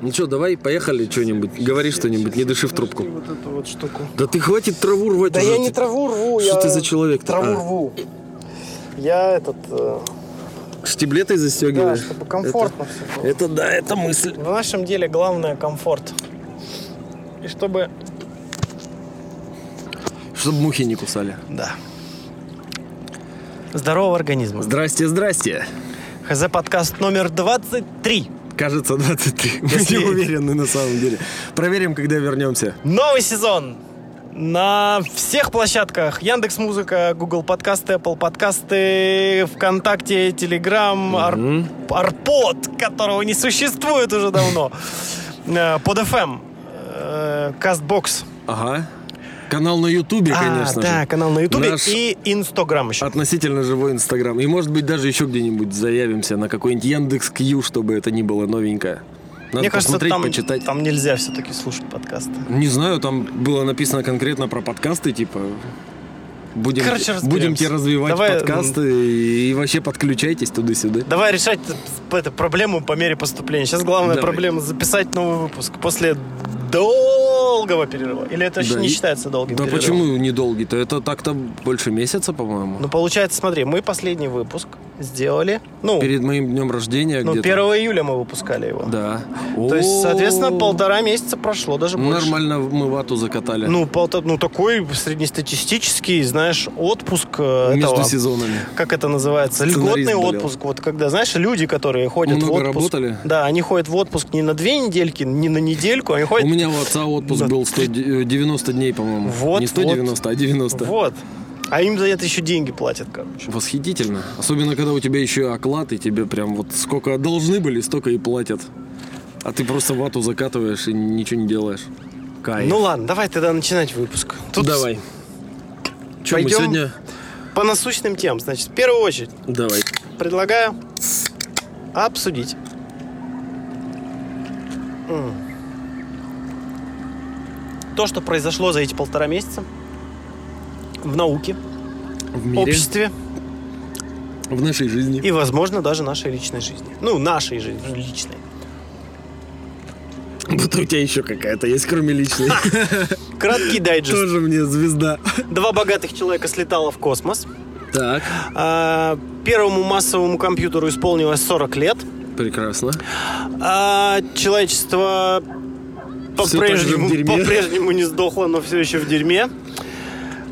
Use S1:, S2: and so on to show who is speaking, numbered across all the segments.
S1: Ничего, Ну давай, поехали что-нибудь. Говори что-нибудь, не дыши в трубку.
S2: Вот эту вот штуку.
S1: Да ты хватит траву рвать
S2: Да
S1: уже.
S2: я не траву рву,
S1: Что
S2: я
S1: ты за человек-то?
S2: Траву
S1: А.
S2: рву. Я этот, э,
S1: Штиблетой
S2: да,
S1: застегиваешь?
S2: чтобы комфортно все было.
S1: Это да, это мысль.
S2: В нашем деле главное комфорт. И чтобы...
S1: Чтобы мухи не кусали.
S2: Да. Здорового организма.
S1: Здрасте, здрасте.
S2: ХЗ подкаст номер 23.
S1: Кажется, 23.
S2: Если-
S1: Мы не уверены на самом деле. Проверим, когда вернемся.
S2: Новый сезон на всех площадках. Яндекс Музыка, Google подкасты, Apple подкасты, ВКонтакте, Телеграм, Ар- Арпод, которого не существует уже давно. Э, Под FM, э, Кастбокс.
S1: Ага. Канал на Ютубе, конечно
S2: а, да,
S1: же.
S2: канал на Ютубе
S1: Наш
S2: и Инстаграм еще.
S1: Относительно живой Инстаграм. И, может быть, даже еще где-нибудь заявимся на какой-нибудь Яндекс Кью, чтобы это не было новенькое. Надо
S2: Мне кажется,
S1: посмотреть,
S2: там,
S1: почитать.
S2: там нельзя все-таки слушать подкасты.
S1: Не знаю, там было написано конкретно про подкасты, типа... Будем,
S2: Короче, разберемся.
S1: будем тебе развивать
S2: Давай,
S1: подкасты и, и вообще подключайтесь туда-сюда.
S2: Давай решать эту проблему по мере поступления. Сейчас главная
S1: Давай.
S2: проблема записать новый выпуск после долгого перерыва. Или это вообще
S1: Да,
S2: не
S1: и-
S2: считается долгим
S1: Да
S2: перерывом?
S1: почему недолгий-то? Это так-то больше месяца, по-моему.
S2: Ну, получается, смотри, мы последний выпуск сделали. Ну,
S1: Перед моим днем рождения
S2: ну 1
S1: где-то.
S2: июля мы выпускали его.
S1: Да.
S2: То есть, соответственно,
S1: О,
S2: полтора месяца прошло, даже больше.
S1: Нормально мы вату закатали.
S2: Ну, полтора, ну, такой среднестатистический, знаешь, отпуск э,
S1: между
S2: этого,
S1: сезонами.
S2: как это называется,
S1: Сценарист
S2: льготный
S1: болел.
S2: отпуск. Вот когда, знаешь, люди, которые ходят в
S1: Много
S2: отпуск.
S1: работали?
S2: Да, они ходят в отпуск не на две недельки, не на недельку, они ходят...
S1: У меня у отца отпуск
S2: Да.
S1: был 100 де- 90 дней, по-моему.
S2: Вот,
S1: Не 190, а 90.
S2: Вот. А им за это еще деньги платят, короче.
S1: Восхитительно. Особенно, когда у тебя еще и оклад, и тебе прям вот сколько должны были, столько и платят. А ты просто вату закатываешь и ничего не делаешь. Кайф.
S2: Ну ладно, давай тогда начинать выпуск. Тут
S1: А давай. Че мы
S2: пойдем-
S1: сегодня?
S2: По насущным тем, значит, в первую очередь
S1: Давай.
S2: предлагаю обсудить. М. То, что произошло за эти полтора месяца в науке,
S1: В мире,
S2: обществе
S1: в нашей жизни.
S2: и, возможно, даже нашей личной жизни. Ну, нашей жизни, личной.
S1: Будто у тебя еще какая-то есть, кроме личной.
S2: Краткий дайджест.
S1: Тоже мне звезда.
S2: Два богатых человека слетало в космос.
S1: Так,
S2: А, Первому массовому компьютеру исполнилось 40 лет.
S1: прекрасно.
S2: А, Человечество
S1: Всё
S2: по-прежнему,
S1: так же в дерьме.
S2: по-прежнему не сдохло, но все еще в дерьме.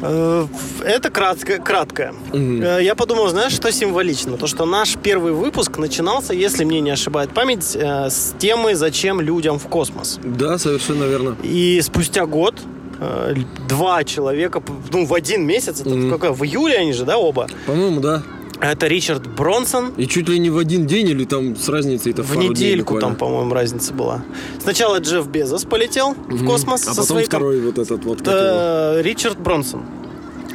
S2: Э, Это кратко, краткое.
S1: Мгм.
S2: Э, Я подумал, знаешь, что символично? То, что наш первый выпуск начинался, если мне не ошибает память, э, с темы «Зачем людям в космос?».
S1: Да, совершенно верно.
S2: И спустя год э, два человека, ну, в один месяц, это
S1: Мгм.
S2: какая- в июле они же, да, оба?
S1: По-моему, да.
S2: Это Ричард Бронсон,
S1: И чуть ли не в один день или там с разницей-то в
S2: В
S1: пару дней
S2: недельку
S1: буквально.
S2: там, по-моему, разница была. Сначала Джефф Безос полетел в
S1: Мгм.
S2: космос
S1: А
S2: со
S1: потом
S2: своей
S1: второй вот этот вот.
S2: комп-
S1: как его?
S2: э, Ричард Бронсон.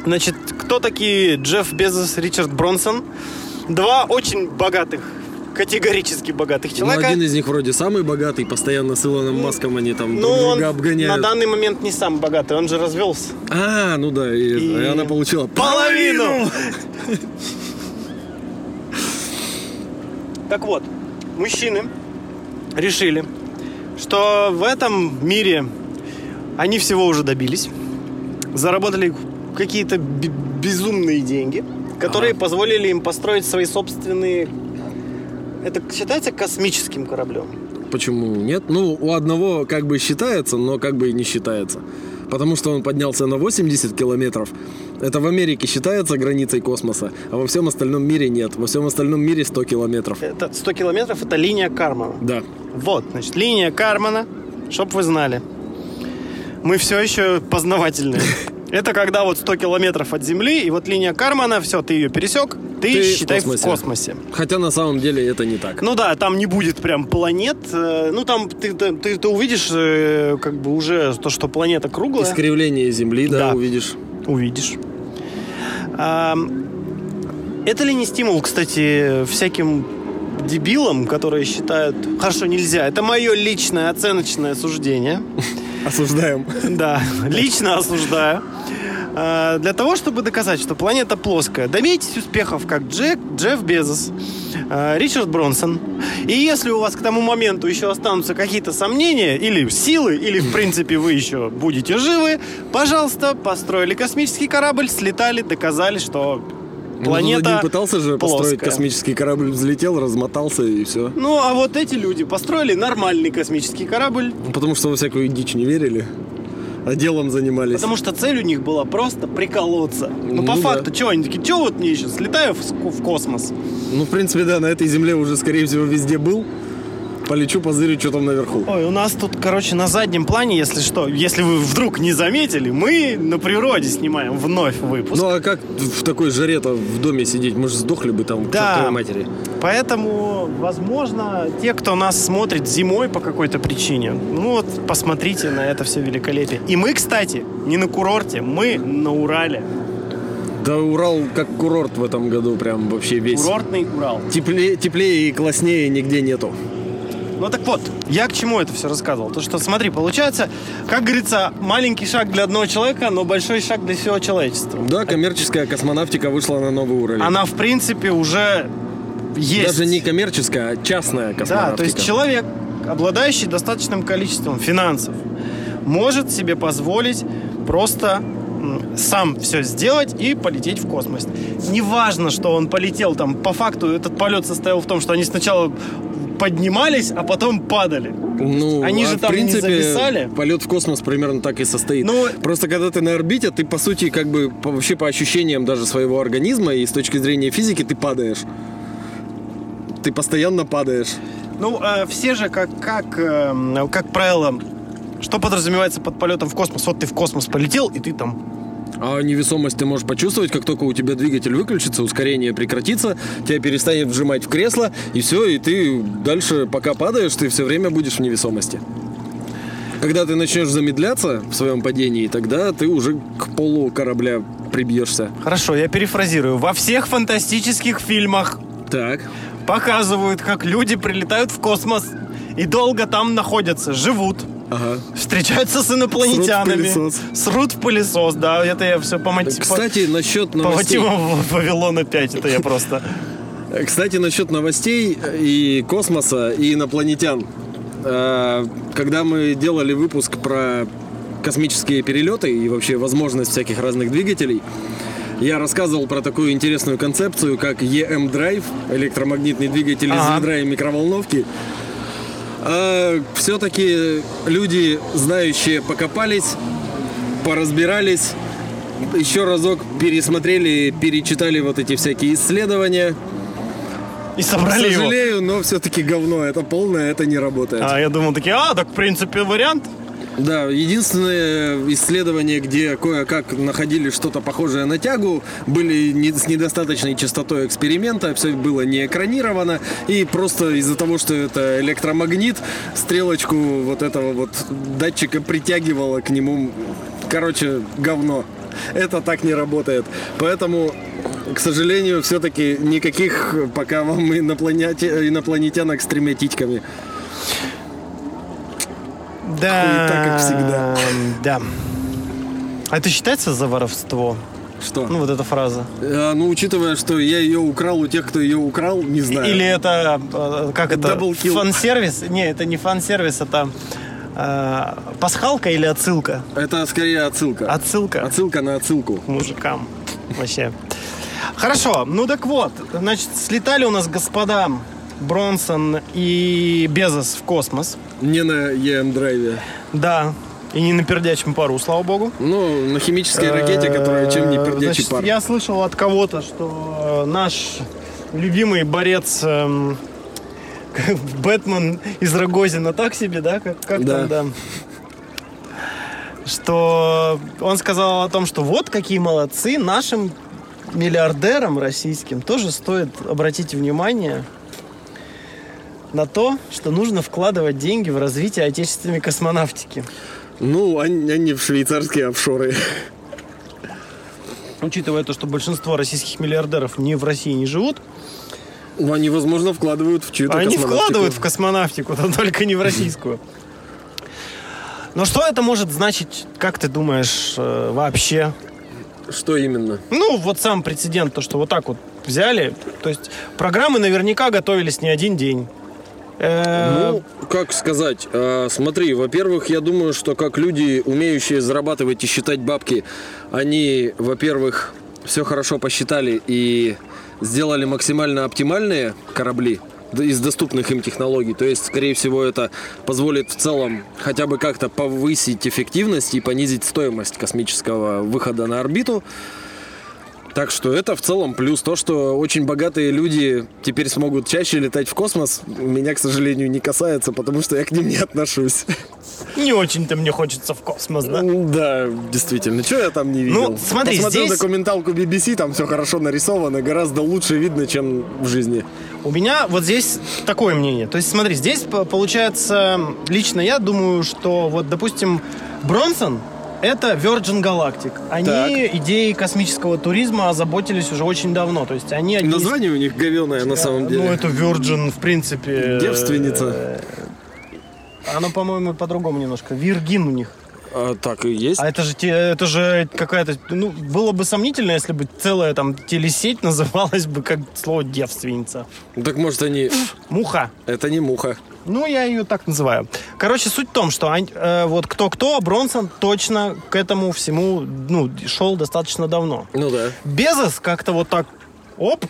S2: Значит, кто такие Джефф Безос, Ричард Бронсон? Два очень богатых, категорически богатых
S1: Ну,
S2: человека.
S1: один из них вроде самый богатый, постоянно с Илоном Маском они там
S2: Но
S1: друг
S2: ну, он
S1: друга
S2: на
S1: обгоняют.
S2: данный момент не самый богатый, он же развелся.
S1: А, ну да, и,
S2: И-
S1: и она получила
S2: Половину! Так вот, мужчины решили, что в этом мире они всего уже добились, заработали какие-то бе- безумные деньги, которые
S1: Ага.
S2: позволили им построить свои собственные... Это считается космическим кораблем?
S1: Почему нет? Ну, у одного как бы считается, но как бы и не считается. Потому что он поднялся на 80 километров. Это в Америке считается границей космоса, а во всем остальном мире нет. Во всем остальном мире 100 километров.
S2: Это 100 километров, это линия Кармана.
S1: Да.
S2: Вот, значит, линия Кармана, чтоб вы знали. Мы все еще познавательные. Это когда вот 100 километров от Земли, и вот линия Кармана, все, ты ее пересек, ты,
S1: Ты в
S2: считай в
S1: космосе.
S2: космосе.
S1: Хотя на самом деле это не так.
S2: Ну да, там не будет прям планет. э, Ну там ты, ты, ты- ты увидишь э, как бы уже то, что планета круглая.
S1: Искривление Земли, да,
S2: Ну, Да.
S1: увидишь.
S2: Увидишь. А, это ли не стимул, кстати, всяким дебилам, которые считают, хорошо, нельзя, это мое личное оценочное суждение.
S1: Ну, Осуждаем.
S2: Да, лично осуждаю. Э, Для того, чтобы доказать, что планета плоская, добейтесь успехов, как Джек, Джефф Безос, э, Ричард Бронсон. И если у вас к тому моменту еще останутся какие-то сомнения, или силы, или, в принципе, вы еще будете живы, пожалуйста, построили космический корабль, слетали, доказали, что
S1: Ну,
S2: планета
S1: Владимир пытался же построить
S2: плоская.
S1: космический корабль, взлетел, размотался и все.
S2: Ну, а вот эти люди построили нормальный космический корабль,
S1: Ну, Потому что во всякую дичь не верили, а делом занимались.
S2: потому что цель у них была просто приколоться.
S1: Ну
S2: Ну, по
S1: да.
S2: факту, чего они такие, чего вот мне еще, слетаю в, с- в космос.
S1: Ну, в принципе, да, на этой земле уже, скорее всего, везде был. Полечу, позырю, что там наверху.
S2: Ой, у нас тут, короче, на заднем плане, если что, если вы вдруг не заметили, мы на природе снимаем вновь выпуск.
S1: Ну, а как в такой жаре-то в доме сидеть? Мы же сдохли бы там, к
S2: Да.
S1: чертовой матери.
S2: Поэтому, возможно, те, кто нас смотрит зимой по какой-то причине, ну вот, посмотрите на это все великолепие. И мы, кстати, не на курорте, мы на Урале.
S1: Да Урал как курорт в этом году прям вообще весь.
S2: Курортный Урал.
S1: Теплее, теплее и класснее нигде нету.
S2: Ну так вот, я к чему это все рассказывал? То, что, смотри, получается, как говорится, маленький шаг для одного человека, но большой шаг для всего человечества.
S1: Да, коммерческая космонавтика вышла на новый уровень.
S2: Она, в принципе, уже есть.
S1: Даже не коммерческая, а частная космонавтика.
S2: Да, то есть человек, обладающий достаточным количеством финансов, может себе позволить просто м, сам все сделать и полететь в космос. Неважно, что он полетел там, по факту этот полет состоял в том, что они сначала поднимались, а потом падали.
S1: Ну,
S2: Они
S1: а
S2: же
S1: в
S2: там не
S1: принципе,
S2: зависали.
S1: Полет в космос примерно так и состоит.
S2: Ну-
S1: Просто когда ты на орбите, ты по сути как бы по- вообще по ощущениям даже своего организма и с точки зрения физики ты падаешь. Ты постоянно падаешь.
S2: Ну, э, все же, как, как, эм, как правило, что подразумевается под полетом в космос? Вот ты в космос полетел, и ты там.
S1: А невесомость ты можешь почувствовать, как только у тебя двигатель выключится, ускорение прекратится, тебя перестанет вжимать в кресло, и все, и ты дальше, пока падаешь, ты все время будешь в невесомости. Когда ты начнешь замедляться в своем падении, тогда ты уже к полу корабля прибьешься.
S2: Хорошо, я перефразирую. Во всех фантастических фильмах
S1: Так.
S2: показывают, как люди прилетают в космос и долго там находятся, живут.
S1: Ага.
S2: Встречаются с инопланетянами.
S1: Срут в пылесос.
S2: Срут в пылесос, да. Это я все по, мати- по-
S1: Кстати, насчет
S2: по
S1: новостей.
S2: мотивам Вавилона 5. Это я просто...
S1: Кстати, насчет новостей и космоса, и инопланетян. Э, Когда мы делали выпуск про космические перелеты и вообще возможность всяких разных двигателей, я рассказывал про такую интересную концепцию, как EM-драйв, электромагнитный двигатель
S2: Ага.
S1: из ядра и микроволновки. все-таки люди, знающие, покопались, поразбирались, еще разок пересмотрели, перечитали вот эти всякие исследования.
S2: И собрали его.
S1: Сожалею, но все-таки говно. Это полное, это не работает.
S2: А я думал, такие, а, так, в принципе, вариант.
S1: Да, единственное исследование, где кое-как находили что-то похожее на тягу, были не- с недостаточной частотой эксперимента, все было не экранировано, и просто из-за того, что это электромагнит, стрелочку вот этого вот датчика притягивало к нему, короче, говно. Это так не работает. Поэтому, к сожалению, все-таки никаких пока вам инопланете- инопланетянок с тремя титьками.
S2: Да.
S1: Хуета, как всегда.
S2: Да. А это считается за воровство?
S1: Что?
S2: Ну, вот эта фраза.
S1: А, ну, учитывая, что я ее украл у тех, кто ее украл, не знаю.
S2: Или это, э, как это,
S1: Double kill.
S2: фан-сервис? Не, это не фан-сервис, это э, пасхалка или отсылка?
S1: Это скорее отсылка.
S2: Отсылка
S1: Отсылка на отсылку.
S2: к мужикам. Вообще. Хорошо, ну так вот, значит, слетали у нас господа Бронсон и Безос в космос.
S1: Не на E EM-драйве.
S2: Да, и не на пердячем пару, слава богу.
S1: Ну, на химической ракете, которая чем не
S2: Э,
S1: пердячий
S2: значит,
S1: пар.
S2: Я слышал от кого-то, что э, наш любимый борец эм, Бэтмен из Рогозина так себе, да? Как, как
S1: Да.
S2: там, да? Что он сказал о том, что вот какие молодцы нашим миллиардерам российским тоже стоит обратить внимание на то, что нужно вкладывать деньги в развитие отечественной космонавтики.
S1: Ну, они, они в швейцарские офшоры.
S2: Учитывая то, что большинство российских миллиардеров не в России не живут,
S1: Ну, они, возможно, вкладывают в чью-то
S2: они
S1: космонавтику.
S2: вкладывают в космонавтику, но только не в российскую. Но что это может значить, как ты думаешь, э, вообще
S1: Что именно?
S2: Ну, вот сам прецедент, то, что вот так вот взяли. То есть программы наверняка готовились не один день. Э,
S1: Ну, как сказать, э, смотри, во-первых, я думаю, что как люди, умеющие зарабатывать и считать бабки, они, во-первых, все хорошо посчитали и сделали максимально оптимальные корабли д- из доступных им технологий. То есть, скорее всего, это позволит в целом хотя бы как-то повысить эффективность и понизить стоимость космического выхода на орбиту. Так что это в целом плюс то, что очень богатые люди теперь смогут чаще летать в космос. Меня, к сожалению, не касается, потому что я к ним не отношусь. Ну
S2: не очень-то мне хочется в космос, да?
S1: Да, действительно. Чего я там не видел?
S2: Ну, смотри,
S1: Посмотрел
S2: здесь-
S1: документалку BBC, там все хорошо нарисовано, гораздо лучше видно, чем в жизни.
S2: У меня вот здесь такое мнение. То есть, смотри, здесь по- получается, лично я думаю, что вот, допустим, Бронсон это Virgin Galactic. Они
S1: Так.
S2: идеей космического туризма озаботились уже очень давно. То есть они одни из-
S1: Название у них говеное на самом деле.
S2: Ну, это Virgin, в принципе. э,
S1: Девственница.
S2: Оно, по-моему, по-другому немножко. Виргин у них.
S1: А, так и есть.
S2: А это же, те- это же какая-то... Ну, было бы сомнительно, если бы целая там телесеть называлась бы как слово девственница.
S1: Так может они...
S2: Муха.
S1: Это не муха.
S2: Ну, я ее так называю. Короче, суть в том, что они- э, вот кто-кто, а Бронсон точно к этому всему ну, шел достаточно давно.
S1: Ну да.
S2: Безос как-то вот так, оп,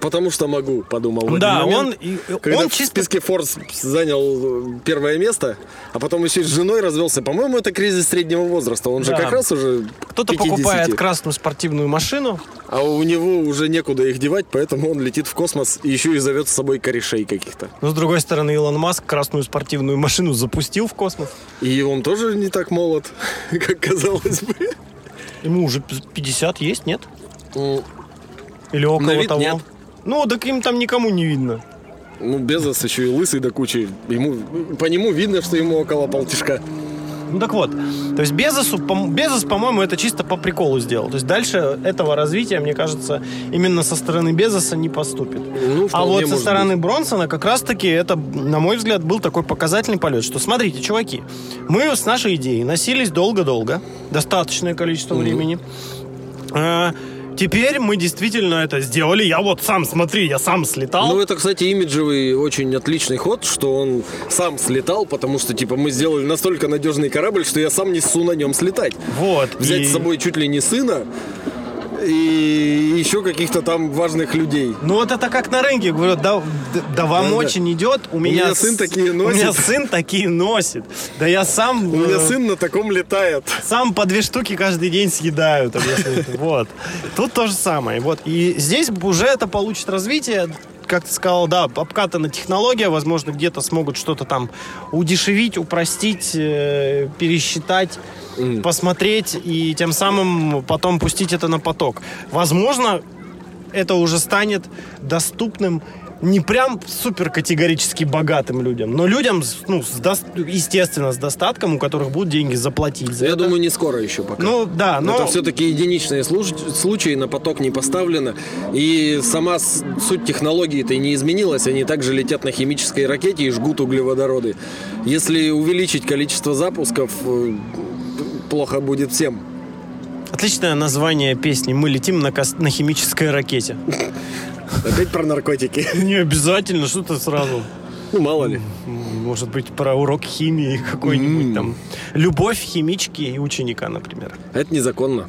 S1: Потому что могу, подумал. в
S2: да,
S1: один момент.
S2: он, и- и
S1: ну, Когда
S2: он
S1: в
S2: чисто...
S1: списке Форс занял э, первое место, а потом еще и с женой развелся. По-моему, это кризис среднего возраста. Он же
S2: Да.
S1: как раз уже
S2: Кто-то
S1: 50.
S2: покупает красную спортивную машину.
S1: А у него уже некуда их девать, поэтому он летит в космос и еще и зовет с собой корешей каких-то.
S2: Но, с другой стороны, Илон Маск красную спортивную машину запустил в космос.
S1: И он тоже не так молод, как казалось бы.
S2: Ему уже п- 50 есть, нет?
S1: Ну,
S2: Или около
S1: На вид
S2: того?
S1: нет.
S2: Ну, так им там никому не видно.
S1: Ну, Безос еще и лысый до кучи. Ему, по нему видно, что ему около полтишка.
S2: Ну так вот, то есть Безосу, пом- Безос, по-моему, это чисто по приколу сделал. То есть дальше этого развития, мне кажется, именно со стороны Безоса не поступит.
S1: Ну,
S2: А
S1: вполне
S2: вот со
S1: может
S2: стороны
S1: быть.
S2: Бронсона как раз-таки это, на мой взгляд, был такой показательный полет, что смотрите, чуваки, мы с нашей идеей носились долго-долго, достаточное количество времени. А, теперь мы действительно это сделали. Я вот сам, смотри, я сам слетал.
S1: Ну, это, кстати, имиджевый очень отличный ход, что он сам слетал, потому что, типа, мы сделали настолько надежный корабль, что я сам несу на нем слетать.
S2: вот.
S1: Взять
S2: и-
S1: с собой чуть ли не сына и еще каких-то там важных людей.
S2: Ну вот это как на рынке, говорю, да, да- да вам
S1: Да-да.
S2: очень идет. У меня,
S1: меня
S2: с-
S1: сын такие
S2: У меня
S1: носит.
S2: сын такие носит. Да я сам...
S1: У меня
S2: э,
S1: сын на таком летает.
S2: Сам по две штуки каждый день съедаю. там, если это- Вот. Тут то же самое. Вот. И здесь уже это получит развитие. Как ты сказал, да, обкатана технология. Возможно, где-то смогут что-то там удешевить, упростить, э, пересчитать, посмотреть и тем самым потом пустить это на поток. Возможно, это уже станет доступным не прям супер категорически богатым людям, но людям, с- ну, с дос- естественно, с достатком, у которых будут деньги заплатить. за
S1: Я
S2: это.
S1: думаю, не скоро еще пока.
S2: Ну да, но
S1: Это все-таки единичные служ- случаи, на поток не поставлено. И сама с- суть технологии-то и не изменилась. Они также летят на химической ракете и жгут углеводороды. Если увеличить количество запусков, э, плохо будет всем.
S2: отличное название песни. Мы летим на, кос- на химической ракете.
S1: Опять про наркотики.
S2: Не обязательно, что то сразу.
S1: Ну, мало ли.
S2: Может быть, про урок химии какой-нибудь там. Любовь химички и ученика, например.
S1: Это незаконно.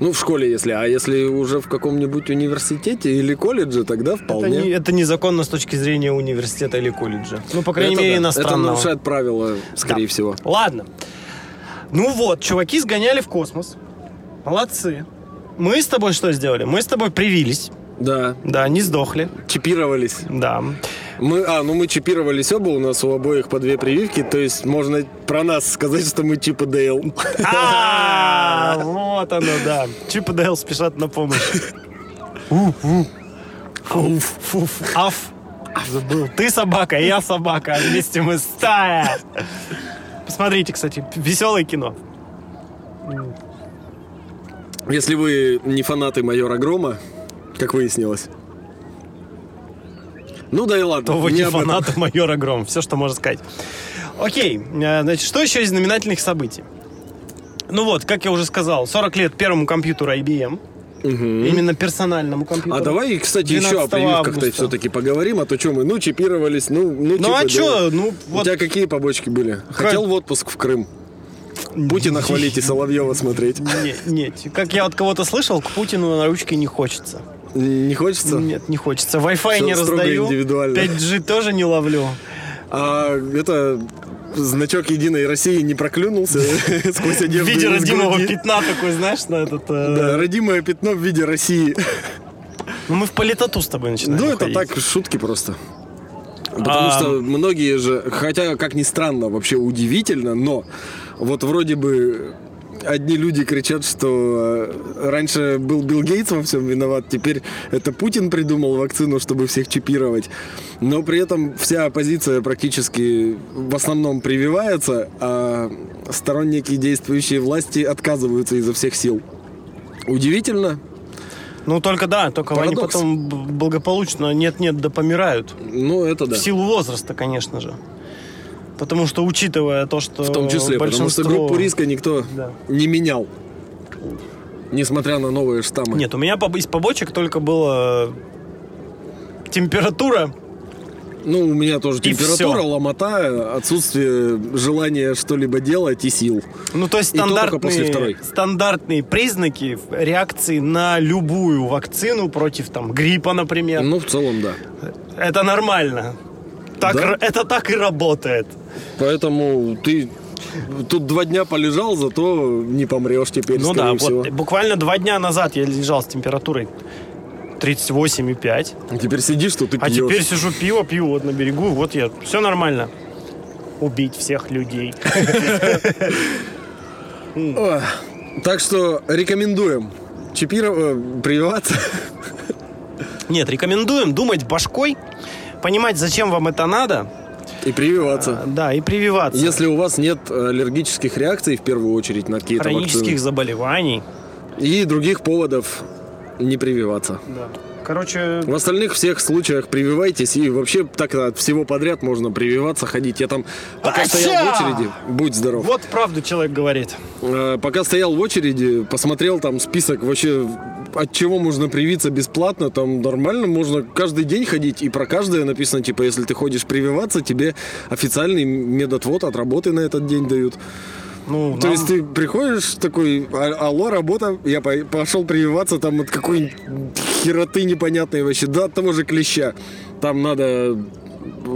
S1: Ну, в школе, если. А если уже в каком-нибудь университете или колледже, тогда
S2: Это,
S1: вполне.
S2: не- это незаконно с точки зрения университета или колледжа. Ну, по крайней
S1: Это
S2: мере,
S1: да. Это
S2: иностранного.
S1: нарушает правила, скорее
S2: Да.
S1: всего.
S2: Ладно. Ну вот, чуваки сгоняли в космос. Молодцы. Мы с тобой что сделали? Мы с тобой привились.
S1: Да,
S2: Да, не сдохли.
S1: чипировались.
S2: Да.
S1: Мы, а, ну мы чипировались оба, у нас у обоих по две прививки, то есть можно про нас сказать, что мы Чип и Дейл.
S2: А, Вот оно, да. Чип и Дейл спешат на помощь. Фуф. Аф. Забыл. Ты собака, я собака. а Вместе мы стая. Посмотрите, кстати, веселое кино.
S1: Если вы не фанаты майора Грома, как выяснилось. Ну да и ладно.
S2: то вы
S1: не
S2: не
S1: об этом.
S2: фанаты майора Гром. Все, что можно сказать. Окей, э, значит, что еще из знаменательных событий? Ну вот, как я уже сказал, 40 лет первому компьютеру IBM. Именно персональному компьютеру.
S1: А давай, кстати, еще о
S2: 12
S1: прививках-то
S2: августа.
S1: все-таки поговорим, а то что мы, ну, чипировались, ну, ну,
S2: Ну
S1: чипы,
S2: а
S1: да.
S2: что? Ну
S1: У
S2: вот.
S1: тебя какие побочки были? Хотел в отпуск в Крым. Путина хвалить и Соловьева смотреть.
S2: Нет, нет. Как я от кого-то слышал, к Путину на ручке не хочется.
S1: Не хочется?
S2: Нет, не хочется. Wi-Fi
S1: Всё
S2: не
S1: строго
S2: раздаю.
S1: индивидуально.
S2: 5G тоже не ловлю.
S1: А это значок Единой России не проклюнулся сквозь
S2: В
S1: одежду.
S2: виде
S1: из
S2: родимого
S1: груди?
S2: пятна такой, знаешь, на этот... э,
S1: Да, родимое пятно в виде России.
S2: Ну мы в политоту с тобой начинаем
S1: Ну, это
S2: уходить.
S1: так, шутки просто. Потому
S2: А,
S1: что многие же, хотя, как ни странно, вообще удивительно, но вот вроде бы одни люди кричат, что э, раньше был Билл Гейтс во всем виноват, теперь это Путин придумал вакцину, чтобы всех чипировать. Но при этом вся оппозиция практически в основном прививается, а сторонники действующей власти отказываются изо всех сил. Удивительно,
S2: Ну только да, только они
S1: Парадокс.
S2: потом б- благополучно нет-нет, да помирают.
S1: но это да.
S2: В силу возраста, конечно же. Потому что, учитывая то, что
S1: В том числе, потому что
S2: большинство...
S1: группу риска никто
S2: Да.
S1: не менял. Несмотря на новые штаммы.
S2: Нет, у меня поб- из побочек только было э, температура.
S1: Ну, у меня тоже температура,
S2: всё.
S1: ломота, отсутствие желания что-либо делать и сил.
S2: Ну, то есть
S1: И то только
S2: стандартные,
S1: после второй.
S2: стандартные признаки реакции на любую вакцину против там гриппа, например.
S1: Ну, в целом, да.
S2: Это нормально. Так,
S1: Да?
S2: р- Это так и работает.
S1: Поэтому ты тут два дня полежал, зато не помрешь теперь,
S2: ну да,
S1: скорее всего.
S2: вот буквально два дня назад я лежал с температурой 38,5.
S1: Теперь сидишь, что ты
S2: А
S1: пьёшь.
S2: теперь сижу пиво, пью вот на берегу, вот я, все нормально. Убить всех людей.
S1: Ох. Так что рекомендуем чипиров... прививаться.
S2: Нет, рекомендуем думать башкой, понимать, зачем вам это надо,
S1: и прививаться.
S2: да, и прививаться.
S1: Если у вас нет э, аллергических реакций, в первую очередь, на какие-то вакцины.
S2: Хронических заболеваний.
S1: И других поводов не прививаться.
S2: Да. Короче,
S1: В остальных всех случаях прививайтесь. И вообще так от всего подряд можно прививаться, ходить. Я там пока
S2: Вася!
S1: стоял в очереди. Будь здоров.
S2: вот правду человек говорит.
S1: Э, Пока стоял в очереди, посмотрел там список вообще от чего можно привиться бесплатно, там нормально можно каждый день ходить, и про каждое написано, типа, если ты ходишь прививаться, тебе официальный медотвод от работы на этот день дают.
S2: Ну,
S1: То
S2: нам-
S1: есть ты приходишь такой, «А- алло, работа, я по- пошел прививаться там от какой хероты непонятной вообще, да, от того же клеща. Там надо...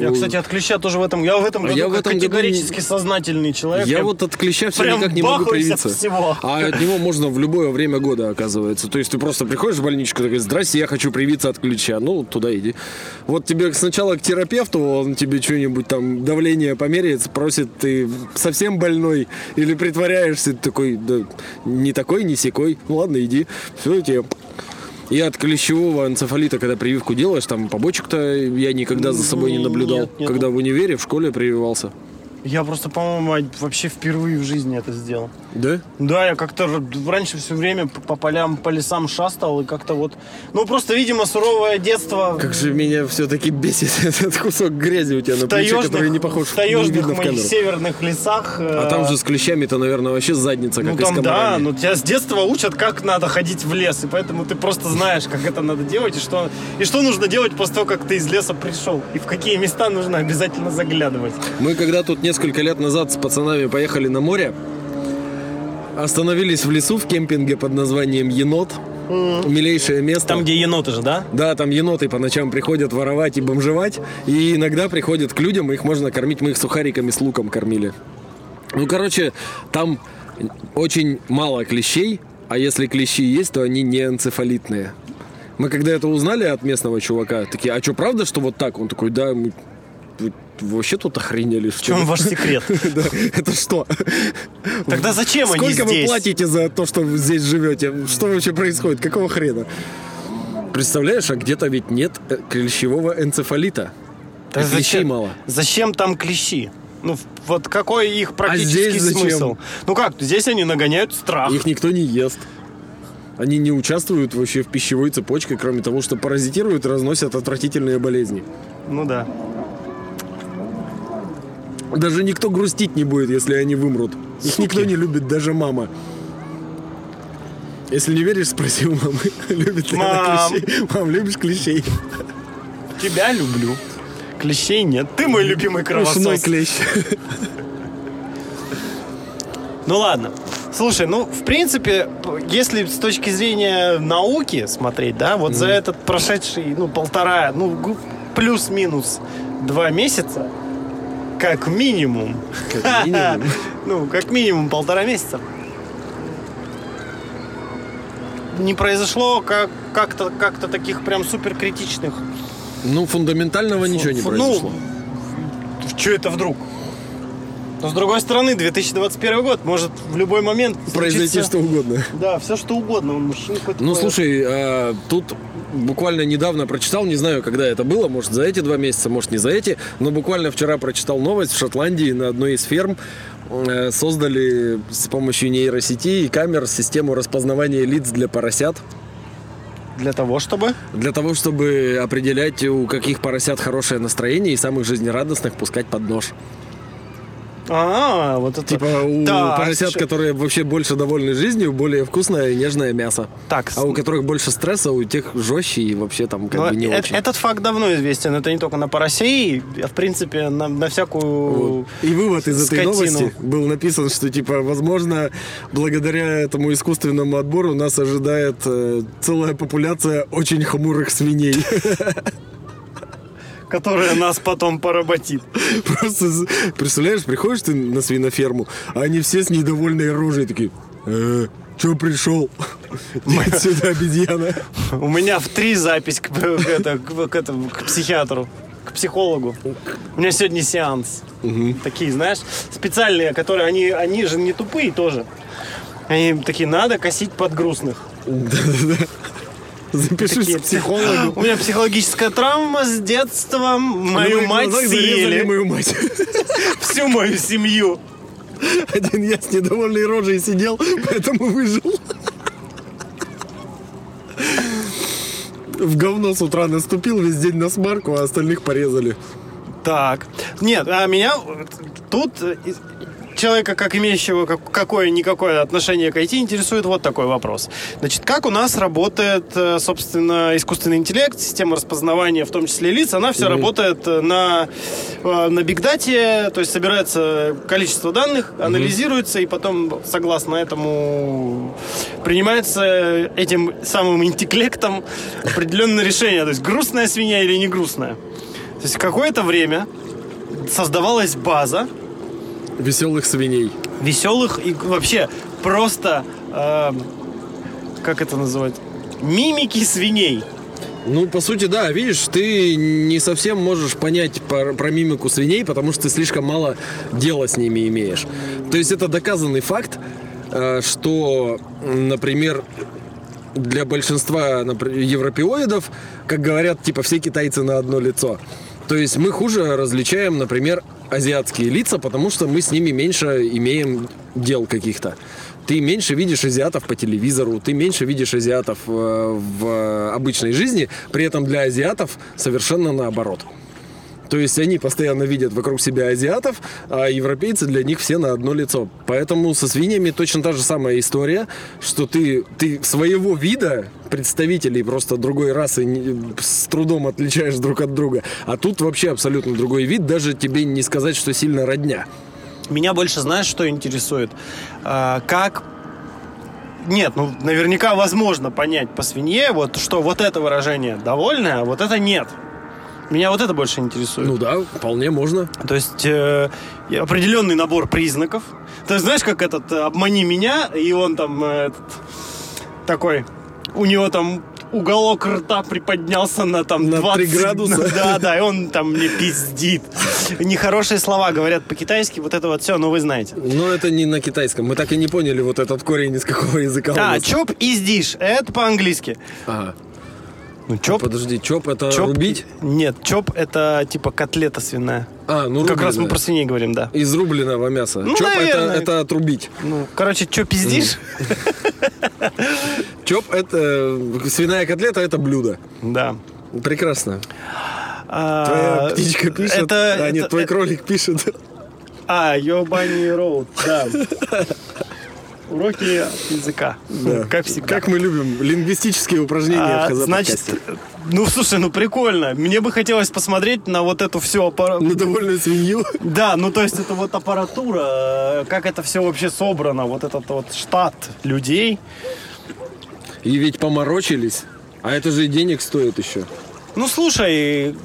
S2: Я, кстати, от клеща тоже в этом... Я в этом
S1: А
S2: году
S1: я в
S2: как
S1: этом году
S2: категорически сознательный человек.
S1: Я
S2: Я
S1: вот от клеща все
S2: прям
S1: никак не могу
S2: бахаюсь
S1: привиться.
S2: от всего.
S1: А от него можно в любое время года, оказывается. То есть ты просто приходишь в больничку, такой, здрасте, я хочу привиться от клеща. Ну, туда иди. Вот тебе сначала к терапевту, он тебе что-нибудь там, давление померяет, спросит, ты совсем больной или притворяешься, ты такой, да, не такой, не секой. Ну, ладно, иди. Все, тебе и от клещевого энцефалита, когда прививку делаешь, там побочек-то я никогда за собой не
S2: Нет,
S1: наблюдал.
S2: нет.
S1: Когда в универе, в школе прививался.
S2: Я просто, по-моему, од- вообще впервые в жизни это сделал.
S1: Да?
S2: Да, я как-то р- раньше все время п- по полям, по лесам шастал и как-то вот... Ну, просто, видимо, суровое детство...
S1: Как же меня все-таки бесит этот кусок грязи у тебя на плече, который не похож, не
S2: в таежных
S1: видно в
S2: моих
S1: камеру.
S2: северных лесах. э,
S1: А там же с клещами-то, наверное, вообще задница,
S2: ну
S1: как и с
S2: там да,
S1: комарами.
S2: но тебя с детства учат, как надо ходить в лес, и поэтому ты просто знаешь, как это надо делать и что и что нужно делать после того, как ты из леса пришел, и в какие места нужно обязательно заглядывать.
S1: Мы когда тут несколько лет назад с пацанами поехали на море, остановились в лесу в кемпинге под названием Енот. Милейшее место.
S2: где еноты же, да?
S1: Да, там еноты по ночам приходят воровать и бомжевать, и иногда приходят к людям, их можно кормить, мы их сухариками с луком кормили. Ну, короче, там очень мало клещей, а если клещи есть, то они не энцефалитные. Мы когда это узнали от местного чувака, такие, а что, правда, что вот так? Он такой, да, мы вы вообще тут охренели, что
S2: В чем
S1: ли?»
S2: ваш секрет?
S1: Да, это что?
S2: Тогда зачем они
S1: Сколько вы
S2: здесь?
S1: платите за то, что вы здесь живете? Что вообще происходит? Какого хрена? Представляешь, а где-то ведь нет э, клещевого энцефалита.
S2: Да
S1: И
S2: зачем-
S1: клещей мало.
S2: Зачем там клещи? Ну, в- вот какой их практический
S1: А здесь зачем?
S2: смысл? Ну как, здесь они нагоняют страх.
S1: Их никто не ест. Они не участвуют вообще в пищевой цепочке, кроме того, что паразитируют и разносят отвратительные болезни.
S2: Ну да.
S1: Даже никто грустить не будет, если они вымрут. Их никто не любит, даже мама. Если не веришь, спроси у мамы, любит ли она
S2: Мам.
S1: клещей. Мам, любишь клещей?
S2: Тебя люблю. Клещей нет. Ты мой любимый
S1: Ушной
S2: кровосос.
S1: клещ.
S2: Ну ладно. Слушай, ну, в принципе, п- если с точки зрения науки смотреть, да, вот за этот прошедший, ну, полтора, ну, гу- плюс-минус два месяца, как минимум.
S1: Как минимум.
S2: Ну, как минимум полтора месяца. Не произошло как- как-то как таких прям супер критичных.
S1: Ну, фундаментального ничего не
S2: фу- ну,
S1: произошло.
S2: Че это вдруг? Но с другой стороны, 2021 год может в любой момент
S1: Произойти
S2: случиться-
S1: что угодно.
S2: Да, все что угодно. Он мужчина какой-то
S1: Ну,
S2: такой.
S1: слушай, а, тут буквально недавно прочитал, не знаю, когда это было, может, за эти два месяца, может, не за эти, но буквально вчера прочитал новость, в Шотландии на одной из ферм э, создали с помощью нейросети и камер систему распознавания лиц для поросят,
S2: Для того, чтобы...
S1: для того, чтобы определять, у каких поросят хорошее настроение и самых жизнерадостных пускать под нож.
S2: А, вот это...
S1: Типа у
S2: Так,
S1: поросят,
S2: ш-
S1: которые вообще больше довольны жизнью, более вкусное и нежное мясо.
S2: Так,
S1: А у которых больше стресса, у тех жестче и вообще там как
S2: но
S1: бы не
S2: э-
S1: очень.
S2: Этот факт давно известен. Это не только на поросей, а в принципе на, на всякую...
S1: Вот. И вывод из этой
S2: Скотину.
S1: новости был написан, что типа, возможно, благодаря этому искусственному отбору нас ожидает э, целая популяция очень хмурых свиней.
S2: Которая нас потом поработит.
S1: Просто з- представляешь, приходишь ты на свиноферму, а они все с недовольной рожей такие. «Э, Чё пришел? Мать сюда, обезьяна.
S2: У меня в три запись к, п- к это- к- к этому, к психиатру, к психологу. У меня сегодня сеанс. Такие, знаешь, специальные, которые они, они же не тупые тоже. Они такие, надо косить под грустных.
S1: Да-да-да. Запишись
S2: Такие,
S1: к психологу.
S2: У меня психологическая травма с детства. Мою
S1: На моих
S2: мать
S1: глазах зарезали
S2: съели.
S1: мою мать.
S2: Всю мою семью.
S1: Один я с недовольной рожей сидел, поэтому выжил. В говно с утра наступил, весь день на смарку, а остальных порезали.
S2: Так. Нет, а меня вот тут э, из- человека, как имеющего как- какое-никакое отношение к IT, интересует вот такой вопрос. Значит, как у нас работает, э, собственно, искусственный интеллект, система распознавания, в том числе лиц, она все работает э, на, э, на бигдате, то есть собирается количество данных, анализируется, и потом, согласно этому, принимается этим самым интеллектом определенное решение, то есть грустная свинья или не грустная. То есть какое-то время создавалась база
S1: Веселых свиней.
S2: веселых и вообще просто, э, как это называть, мимики свиней.
S1: Ну, по сути, да, видишь, ты не совсем можешь понять пар- про, мимику свиней, потому что ты слишком мало дела с ними имеешь. То есть это доказанный факт, э, что, м, например, для большинства напр- европеоидов, как говорят, типа все китайцы на одно лицо. То есть мы хуже различаем, например, азиатские лица, потому что мы с ними меньше имеем дел каких-то. Ты меньше видишь азиатов по телевизору, ты меньше видишь азиатов э, в э, обычной жизни, при этом для азиатов совершенно наоборот. То есть они постоянно видят вокруг себя азиатов, а европейцы для них все на одно лицо. Поэтому со свиньями точно та же самая история, что ты, ты своего вида представителей просто другой расы не- с трудом отличаешь друг от друга. А тут вообще абсолютно другой вид, даже тебе не сказать, что сильно родня.
S2: Меня больше, знаешь, что интересует? Э, как... Нет, ну, наверняка возможно понять по свинье, вот что вот это выражение довольное, а вот это нет. Меня вот это больше интересует.
S1: Ну да, вполне можно.
S2: То есть э, и определенный набор признаков. То есть знаешь, как этот э, обмани меня, и он там э, этот, такой, у него там уголок рта приподнялся на там
S1: На
S2: 20
S1: три градуса.
S2: Да, да, и он там мне пиздит. Нехорошие слова говорят по-китайски, вот это вот все, но вы знаете.
S1: Но это не на китайском. Мы так и не поняли вот этот корень из какого языка. у
S2: Да,
S1: нас.
S2: чоп издишь, это по-английски.
S1: Ага.
S2: Ну, чоп,
S1: Подожди, А чоп это
S2: чоп-
S1: рубить?
S2: Нет, чоп это типа котлета свиная.
S1: А, ну
S2: Как раз мы
S1: рубленое.
S2: про свиней говорим, да.
S1: Из рубленого мяса.
S2: Ну,
S1: чоп это,
S2: наверное.
S1: это отрубить.
S2: Ну, короче, чё пиздишь?
S1: Чоп это э, свиная котлета это блюдо.
S2: Да.
S1: Прекрасно.
S2: А,
S1: Твоя птичка пишет.
S2: Это,
S1: а, нет,
S2: А, это-
S1: твой кролик пишет.
S2: А, Your Bunny Road, да. Уроки языка.
S1: Да.
S2: Ну, Как всегда.
S1: Как мы любим лингвистические упражнения в
S2: А,
S1: хз
S2: значит, ну слушай, ну прикольно. Мне бы хотелось посмотреть на вот эту всю аппаратуру.
S1: на довольную свинью.
S2: Да, ну то есть это вот аппаратура, э, как это все вообще собрано, вот этот вот штат людей.
S1: И ведь поморочились. А это же и денег стоит еще.
S2: Ну слушай,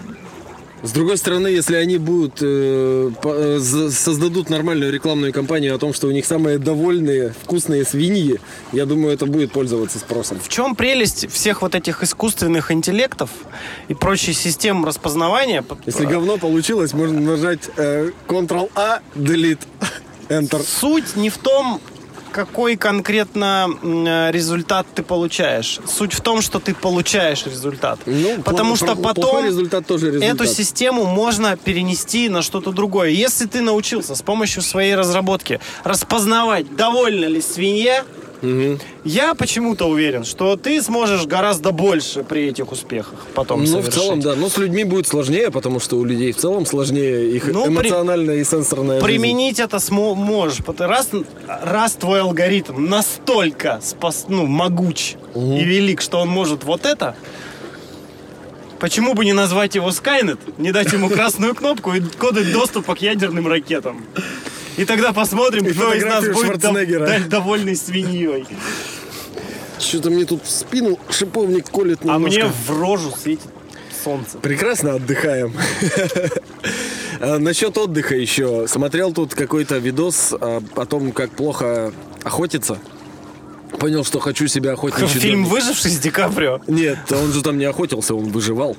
S1: С другой стороны, если они будут э, по- э, за- создадут нормальную рекламную кампанию о том, что у них самые довольные, вкусные свиньи, я думаю, это будет пользоваться спросом.
S2: в чем прелесть всех вот этих искусственных интеллектов и прочих систем распознавания?
S1: Если говно получилось, можно нажать э, Ctrl-A, Delete, Enter.
S2: Суть не в том, какой конкретно м, э, результат ты получаешь. Суть в том, что ты получаешь результат.
S1: Ну,
S2: Потому
S1: пло-
S2: что
S1: пло-
S2: потом
S1: плохой результат тоже результат.
S2: эту систему можно перенести на что-то другое. Если ты научился с помощью своей разработки распознавать, довольна ли свинья, я почему-то уверен, что ты сможешь гораздо больше при этих успехах потом
S1: Ну, в
S2: совершить.
S1: целом, да. Но с людьми будет сложнее, потому что у людей в целом сложнее их
S2: Ну, при-
S1: эмоциональная и сенсорная жизнь.
S2: Применить это смо- можешь. пот- Раз, раз твой алгоритм настолько спас, ну, могуч и велик, что он может вот это, почему бы не назвать его Skynet, не дать ему красную кнопку и коды доступа к ядерным ракетам? И тогда посмотрим,
S1: И
S2: кто из нас
S1: фотографию
S2: будет дов-
S1: Шварценеггера.
S2: даль- довольный свиньей.
S1: Что-то мне тут в спину шиповник колет
S2: А
S1: немножко.
S2: мне в рожу светит солнце.
S1: Прекрасно отдыхаем. Э, Насчет отдыха еще. Смотрел тут какой-то видос а, о том, как плохо охотиться. Понял, что хочу себя охотничать.
S2: Фильм «Выживший» с Ди Каприо.
S1: Нет, он же там не охотился, он выживал.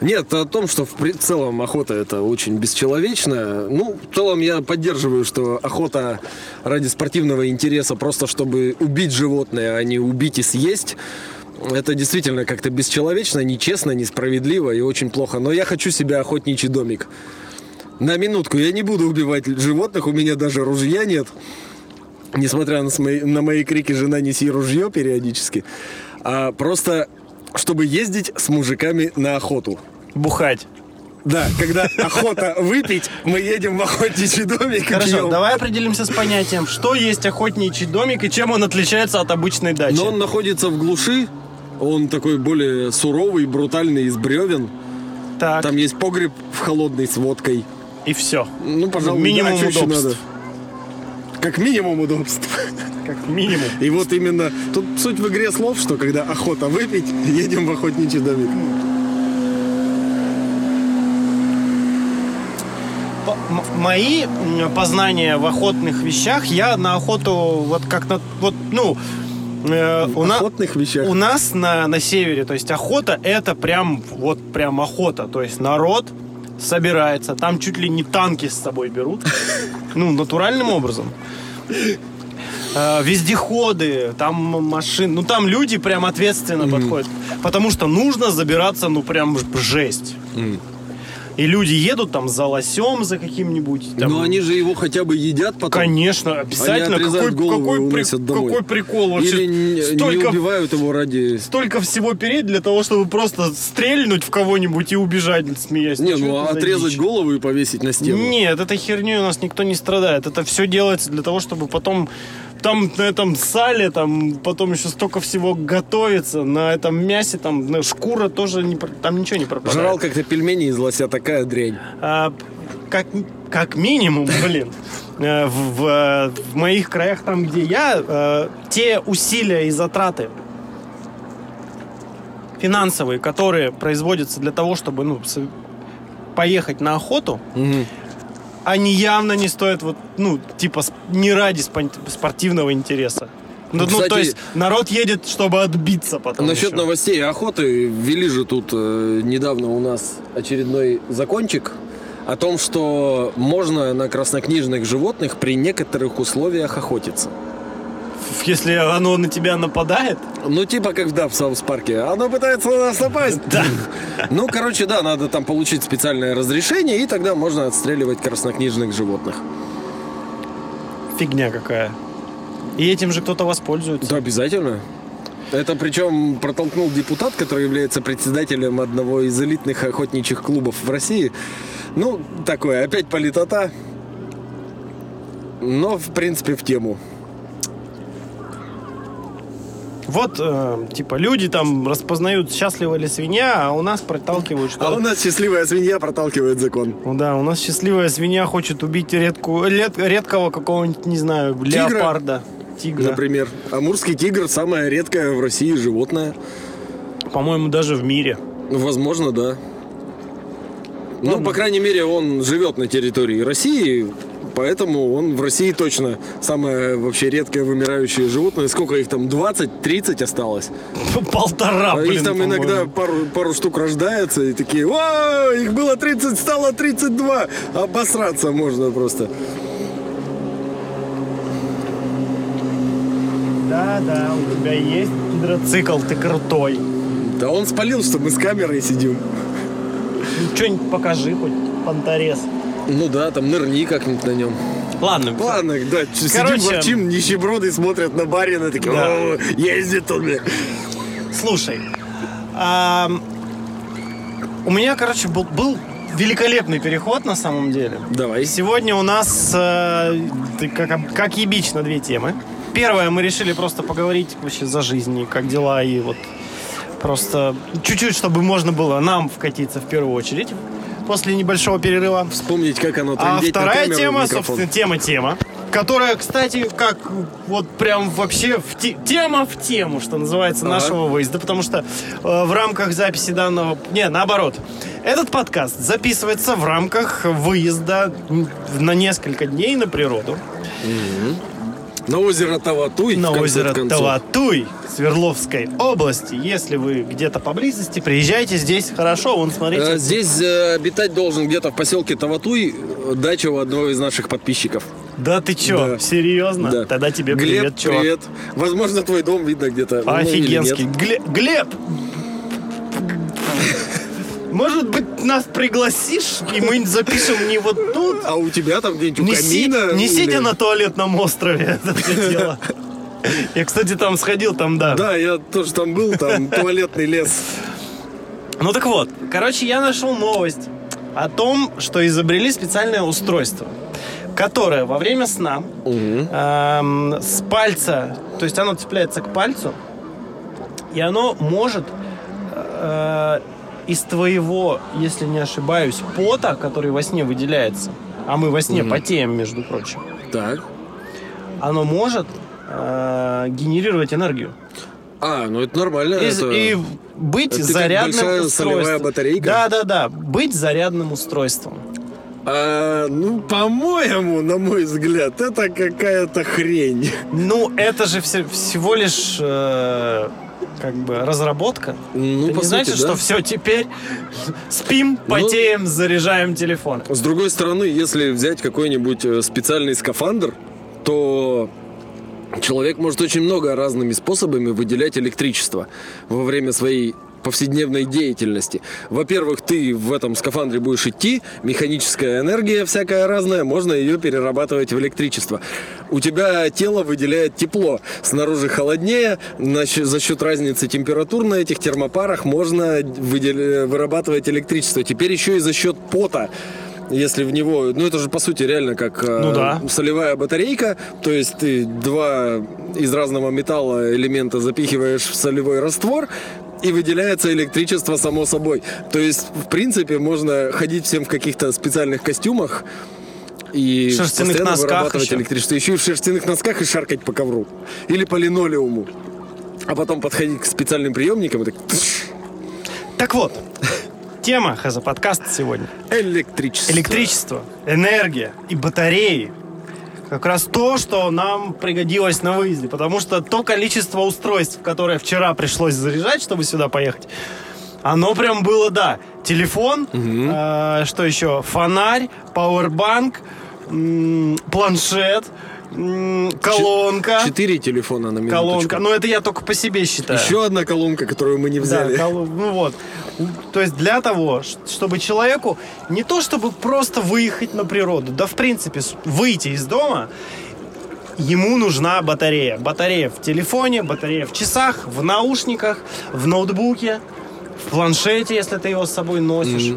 S1: Нет, о том, что в при- целом охота это очень бесчеловечно. Ну, в целом я поддерживаю, что охота ради спортивного интереса, просто чтобы убить животное, а не убить и съесть. Это действительно как-то бесчеловечно, нечестно, несправедливо и очень плохо. Но я хочу себе охотничий домик. На минутку, я не буду убивать животных, у меня даже ружья нет. Несмотря на, с мои, на мои крики «Жена, неси ружье» периодически. А просто, чтобы ездить с мужиками на охоту.
S2: Бухать.
S1: Да, когда охота выпить, мы едем в охотничий домик и
S2: Хорошо,
S1: пьем.
S2: давай определимся с понятием, что есть охотничий домик и чем он отличается от обычной дачи.
S1: Но он находится в глуши, он такой более суровый, брутальный, из бревен.
S2: так,
S1: Там есть погреб в холодной с водкой.
S2: и все.
S1: Ну, пожалуй,
S2: Минимум
S1: да, а чё ещё
S2: удобств.
S1: надо? Как минимум удобств.
S2: Как минимум.
S1: И вот именно тут суть в игре слов, что когда охота выпить, едем в охотничий домик.
S2: П- м- мои м, познания в охотных вещах, я на охоту вот как на... Вот, ну, э, у, на-
S1: охотных вещах.
S2: у нас на, на севере, то есть охота это прям, вот прям охота. То есть народ собирается, там чуть ли не танки с собой берут. Ну, натуральным образом. Э, Вездеходы, там м- машин, ну там люди прям ответственно подходят, потому что нужно забираться, ну прям ж- жесть. И люди едут там за лосем, за каким-нибудь. Там,
S1: Но Ну, они же его хотя бы едят потом.
S2: Конечно, обязательно.
S1: Они
S2: Какой,
S1: отрезают голову
S2: какой
S1: и
S2: при-
S1: уносят домой.
S2: какой прикол вообще?
S1: Или не, не
S2: столько,
S1: убивают его ради...
S2: столько всего перед для того, чтобы просто стрельнуть в кого-нибудь и убежать, смеясь.
S1: Не,
S2: Чё
S1: ну
S2: это за
S1: отрезать
S2: дичь?
S1: голову и повесить на стену.
S2: Нет, этой херней у нас никто не страдает. Это все делается для того, чтобы потом там на этом сале, там потом еще столько всего готовится, на этом мясе, там на- шкура тоже не, про- там ничего не пропадает.
S1: Жрал как-то пельмени из лося, такая дрянь.
S2: А, как, как минимум, блин, э, в, в, э, в моих краях, там, где я, э, те усилия и затраты финансовые, которые производятся для того, чтобы ну, с- поехать на охоту, они явно не стоят вот, ну, типа, сп- не ради спон- спортивного интереса. Ну, ну, то
S1: Кстати-
S2: есть народ едет, чтобы отбиться потом.
S1: Насчет
S2: еще.
S1: новостей и охоты, ввели же тут э, недавно у нас очередной закончик о том, что можно на краснокнижных животных при некоторых условиях охотиться.
S2: Ф- Если оно на тебя нападает,
S1: Ну, типа как да, в Саус Парке. Оно пытается на нас напасть. Да. Ну, короче, да, надо там получить специальное разрешение, и тогда можно отстреливать краснокнижных животных.
S2: фигня какая. И этим же кто-то воспользуется.
S1: Да, обязательно. Это причем протолкнул депутат, который является председателем одного из элитных охотничьих клубов в России. Ну, такое, опять политота. Но, в принципе, в тему.
S2: Вот, э, типа, люди там распознают, счастлива ли свинья, а у нас проталкивают, что...
S1: А у нас счастливая свинья проталкивает закон.
S2: Ну да, у нас счастливая свинья хочет убить редку, лед- редкого какого-нибудь, не знаю,
S1: Тигра?
S2: леопарда. Тигра.
S1: Например, амурский тигр самое редкое в России животное.
S2: По-моему, даже в мире.
S1: Возможно, да. Ну, по крайней мере, он живет на территории России, поэтому он в России точно самое вообще редкое вымирающее животное. Сколько их там? 20-30 осталось.
S2: Полтора,
S1: А
S2: блин,
S1: их там
S2: по-моему.
S1: иногда пару, пару штук рождается, и такие, о, их было 30, стало 32. Обосраться можно просто.
S2: Да, да, у тебя есть гидроцикл, ты крутой.
S1: Да он спалил, что мы с камерой сидим.
S2: Ну, что-нибудь покажи хоть, понторез.
S1: Ну да, там нырни как-нибудь на нем.
S2: Ладно,
S1: Ладно, да, ч-
S2: Короче,
S1: сидим, ворчим, нищеброды смотрят на барина, такие,
S2: Да.
S1: «О, ездит он. бля».
S2: слушай. а, у меня, короче, был, был великолепный переход на самом деле.
S1: Давай.
S2: Сегодня у нас, э, ты как, как ебично, две темы. Первое, мы решили просто поговорить вообще за жизнь, и как дела, и вот просто чуть-чуть, чтобы можно было нам вкатиться в первую очередь после небольшого перерыва.
S1: Вспомнить, как оно
S2: А
S1: трындеть на
S2: вторая
S1: камеру и
S2: тема,
S1: микрофон.
S2: собственно, тема-тема, которая, кстати, как вот прям вообще в те- тема в тему, что называется,
S1: Ага.
S2: нашего выезда, потому что э, в рамках записи данного... Не, наоборот. Этот подкаст записывается в рамках выезда м, на несколько дней на природу,
S1: На озеро Таватуй. в
S2: на
S1: конце
S2: озеро
S1: концов.
S2: Талатуй Свердловской области. Если вы где-то поблизости, приезжайте здесь. Хорошо, вон,
S1: Э,
S2: смотрите.
S1: Здесь э, обитать должен где-то в поселке Таватуй э, дача у одного из наших подписчиков.
S2: Да ты чё,
S1: Да.
S2: серьезно?
S1: Да.
S2: Тогда тебе
S1: Глеб,
S2: привет, чувак.
S1: привет. Возможно, твой дом видно где-то. ну, или
S2: Офигенский.
S1: нет.
S2: Гле- Глеб! Может быть, нас пригласишь, и мы запишем не вот тут,
S1: А у тебя там где-нибудь у
S2: не, си-
S1: камина?
S2: не
S1: или-
S2: сидя на туалетном острове. Это всё дело. Я, кстати, там сходил, там, да.
S1: Да, я тоже там был, там туалетный лес.
S2: Ну так вот, короче, я нашел новость о том, что изобрели специальное устройство, которое во время сна эм, с пальца, то есть оно цепляется к пальцу, и оно может э, из твоего, если не ошибаюсь, пота, который во сне выделяется, а мы во сне потеем, между прочим,
S1: Так.
S2: оно может э, генерировать энергию.
S1: А, ну это нормально.
S2: И,
S1: это-
S2: и быть
S1: это как
S2: зарядным
S1: большая
S2: устройством.
S1: солевая батарейка?
S2: Да, да, да. Быть зарядным устройством.
S1: А, ну, по-моему, на мой взгляд, это какая-то хрень.
S2: Ну, это же все- всего лишь э, как бы разработка.
S1: Ну,
S2: это
S1: по
S2: не значит,
S1: сути, да. Ну.
S2: что все теперь спим, потеем, заряжаем телефон.
S1: С другой стороны, если взять какой-нибудь э, специальный скафандр, то человек может очень много разными способами выделять электричество во время своей повседневной деятельности. Во-первых, ты в этом скафандре будешь идти, механическая энергия всякая разная, можно ее перерабатывать в электричество. У тебя тело выделяет тепло, снаружи холоднее, на щ- за счет разницы температур на этих термопарах можно выдел- вырабатывать электричество. Теперь еще и за счет пота. Если в него, ну это же по сути реально как э,
S2: Ну да.
S1: солевая батарейка, то есть ты два из разного металла элемента запихиваешь в солевой раствор, и выделяется электричество само собой. То есть, в принципе, можно ходить всем в каких-то специальных костюмах и
S2: Шерстяных
S1: постоянно
S2: носках
S1: вырабатывать
S2: еще.
S1: электричество. Еще и в шерстяных носках и шаркать по ковру. Или по линолеуму. А потом подходить к специальным приемникам и так... тш,
S2: Так вот, тема хз подкаста сегодня.
S1: Электричество.
S2: Электричество, энергия и батареи как раз то, что нам пригодилось на выезде. Потому что то количество устройств, которое вчера пришлось заряжать, чтобы сюда поехать, оно прям было, да. Телефон, э, что еще? Фонарь, пауэрбанк, м, планшет, м, колонка.
S1: Четыре телефона на минуточку.
S2: Колонка. Но это я только по себе считаю.
S1: Еще одна колонка, которую мы не взяли.
S2: Да, колу- ну вот. То есть для того, ш- чтобы человеку не то чтобы просто выехать на природу, да в принципе с- выйти из дома, ему нужна батарея. Батарея в телефоне, батарея в часах, в наушниках, в ноутбуке, в планшете, если ты его с собой носишь.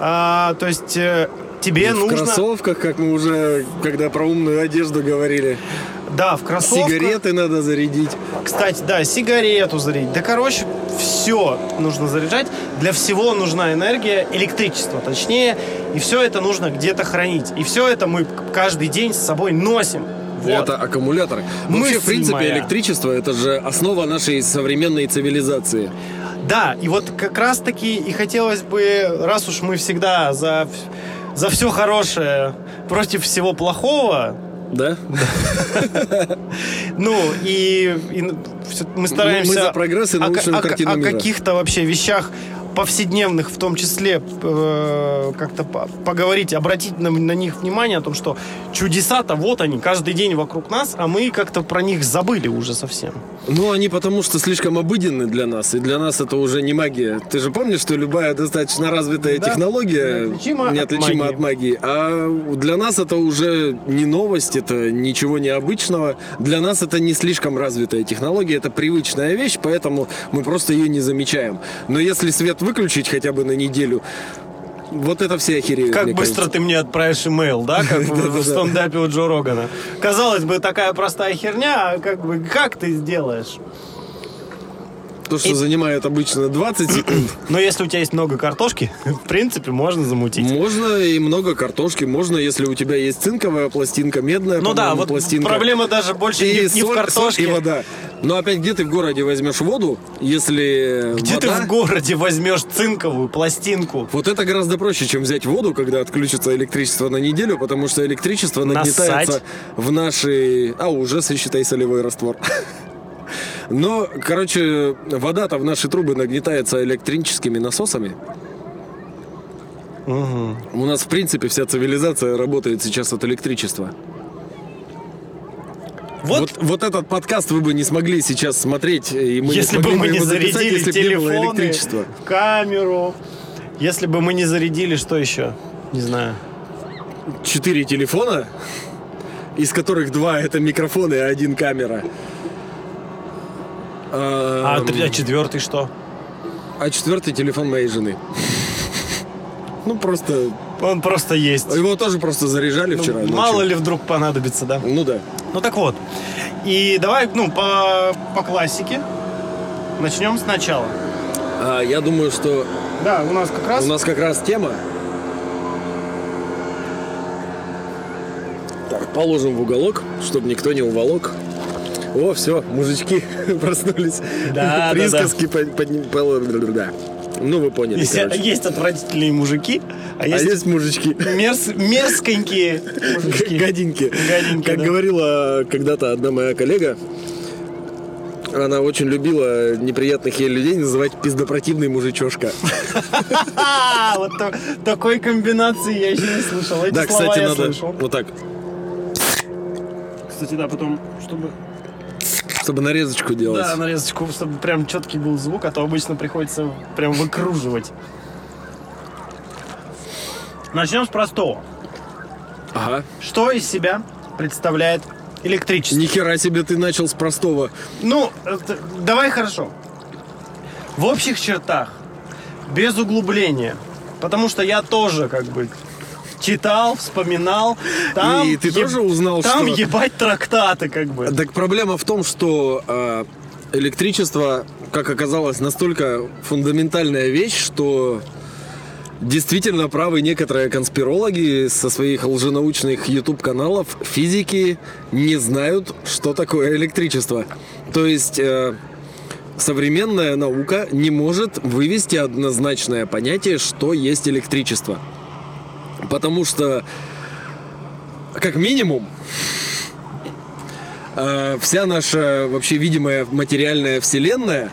S2: А, то есть э, тебе
S1: в
S2: нужно...
S1: кроссовках, как мы уже, когда про умную одежду говорили.
S2: Да, в кроссовках.
S1: Сигареты надо зарядить.
S2: Кстати, да, сигарету зарядить. Да, короче, все нужно заряжать. Для всего нужна энергия, электричество, точнее. И все это нужно где-то хранить. И все это мы каждый день с собой носим. Вот.
S1: Это аккумуляторы. Вообще, в
S2: Мысль
S1: принципе,
S2: моя.
S1: электричество это же основа нашей современной цивилизации.
S2: Да, и вот как раз-таки и хотелось бы, раз уж мы всегда за, вс- за все хорошее против всего плохого,
S1: Да?
S2: ну и, и всё- мы стараемся...
S1: Мы за прогресс и
S2: о,
S1: научную
S2: о-
S1: картину
S2: о
S1: мира.
S2: каких-то вообще вещах повседневных, в том числе э, как-то по- поговорить, обратить на, на них внимание, о том, что чудеса-то вот они, каждый день вокруг нас, а мы как-то про них забыли уже совсем.
S1: Ну, они потому что слишком обыденны для нас, и для нас это уже не магия. Ты же помнишь, что любая достаточно развитая
S2: Да,
S1: технология
S2: неотличима от
S1: неотличима
S2: магии.
S1: от магии. А для нас это уже не новость, это ничего необычного. Для нас это не слишком развитая технология, это привычная вещь, поэтому мы просто ее не замечаем. Но если свет выключить хотя бы на неделю, вот это все охереют.
S2: Как
S1: мне
S2: быстро
S1: кажется.
S2: ты мне отправишь имейл, да, как в- в стендапе у Джо Рогана. Казалось бы, такая простая херня, а как бы как ты сделаешь?
S1: То, что занимает обычно 20 секунд,
S2: Но если у тебя есть много картошки, в принципе, можно замутить.
S1: Можно и много картошки, можно, если у тебя есть цинковая пластинка, медная,
S2: Ну да,
S1: по-моему,
S2: вот
S1: пластинка.
S2: проблема даже больше не, не в
S1: соль- соль
S2: картошке.
S1: и вода. Но опять, где ты в городе возьмешь воду, если
S2: Где
S1: вода...
S2: ты в городе возьмешь цинковую пластинку?
S1: Вот это гораздо проще, чем взять воду, когда отключится электричество на неделю, потому что электричество нагнетается
S2: Нассать.
S1: в нашей... А, уже, считай, солевой раствор. Но, короче, вода-то в наши трубы нагнетается электрическими насосами. У нас, в принципе, вся цивилизация работает сейчас от электричества.
S2: Вот,
S1: Вот, вот этот подкаст вы бы не смогли сейчас смотреть, и мы
S2: если
S1: не
S2: бы
S1: смогли
S2: мы не
S1: его записать,
S2: зарядили
S1: если бы не было
S2: телефоны,
S1: электричества.
S2: камеру, если бы мы не зарядили, что еще? Не знаю.
S1: Четыре телефона, из которых два это микрофоны, а один камера.
S2: А,
S1: А,
S2: три- а четвертый что?
S1: а четвертый телефон моей жены. Ну просто.
S2: Он просто есть.
S1: Его тоже просто заряжали
S2: Ну,
S1: вчера. ночью.
S2: мало ли вдруг понадобится, да?
S1: Ну да.
S2: Ну так вот. И давай, ну, по, по классике. Начнем сначала.
S1: А, я думаю, что
S2: Да, у нас как раз...
S1: у нас как раз тема. Так, положим в уголок, чтобы никто не уволок. О, все, мужички проснулись.
S2: Да, да,
S1: Присказки под- подни- пол- да. Ну, вы поняли,
S2: Есть,
S1: короче.
S2: есть отвратительные мужики, а
S1: А
S2: есть,
S1: есть мужички.
S2: мерз- мерзконькие мужики.
S1: Гаденьки.
S2: Гаденьки,
S1: Как
S2: да.
S1: говорила когда-то одна моя коллега, она очень любила неприятных ей людей называть пиздопротивный мужичошка.
S2: А, вот та- такой комбинации я еще не слышал. Эти
S1: Да,
S2: слова
S1: кстати,
S2: я
S1: надо
S2: слышал.
S1: вот так,
S2: Кстати, да, потом, чтобы...
S1: чтобы нарезочку делать.
S2: Да, нарезочку, чтобы прям четкий был звук, а то обычно приходится прям выкруживать. Начнем с простого.
S1: Ага.
S2: Что из себя представляет электричество?
S1: Нихера себе ты начал с простого.
S2: Ну, это- давай хорошо. В общих чертах, без углубления, потому что я тоже как бы читал, вспоминал. Там
S1: И ты тоже узнал,
S2: там
S1: что-
S2: ебать трактаты как бы.
S1: Так проблема в том, что э, электричество, как оказалось, настолько фундаментальная вещь, что действительно правы некоторые конспирологи со своих лженаучных YouTube-каналов, физики не знают, что такое электричество. То есть... э, Современная наука не может вывести однозначное понятие, что есть электричество. Потому что, как минимум, э, вся наша вообще видимая материальная вселенная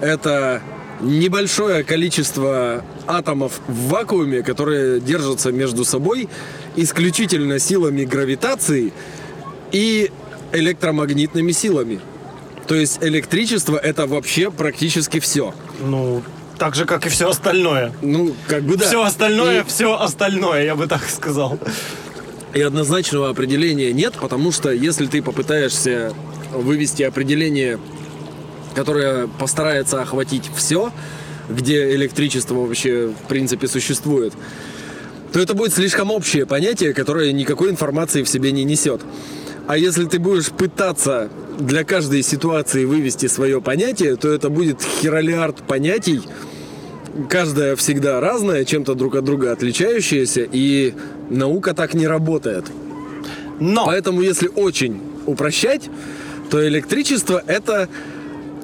S1: это небольшое количество атомов в вакууме, которые держатся между собой исключительно силами гравитации и электромагнитными силами. То есть электричество это вообще практически все.
S2: Ну, так же, как и все остальное.
S1: Ну, как бы да.
S2: Все остальное,
S1: И-
S2: все остальное, я бы так сказал.
S1: И однозначного определения нет, потому что если ты попытаешься вывести определение, которое постарается охватить все, где электричество вообще в принципе существует, Но это будет слишком общее понятие, которое никакой информации в себе не несет. А если ты будешь пытаться для каждой ситуации вывести свое понятие, то это будет херолиард понятий, каждая всегда разная, чем-то друг от друга отличающаяся, и наука так не работает.
S2: Но
S1: Поэтому, если очень упрощать, то электричество это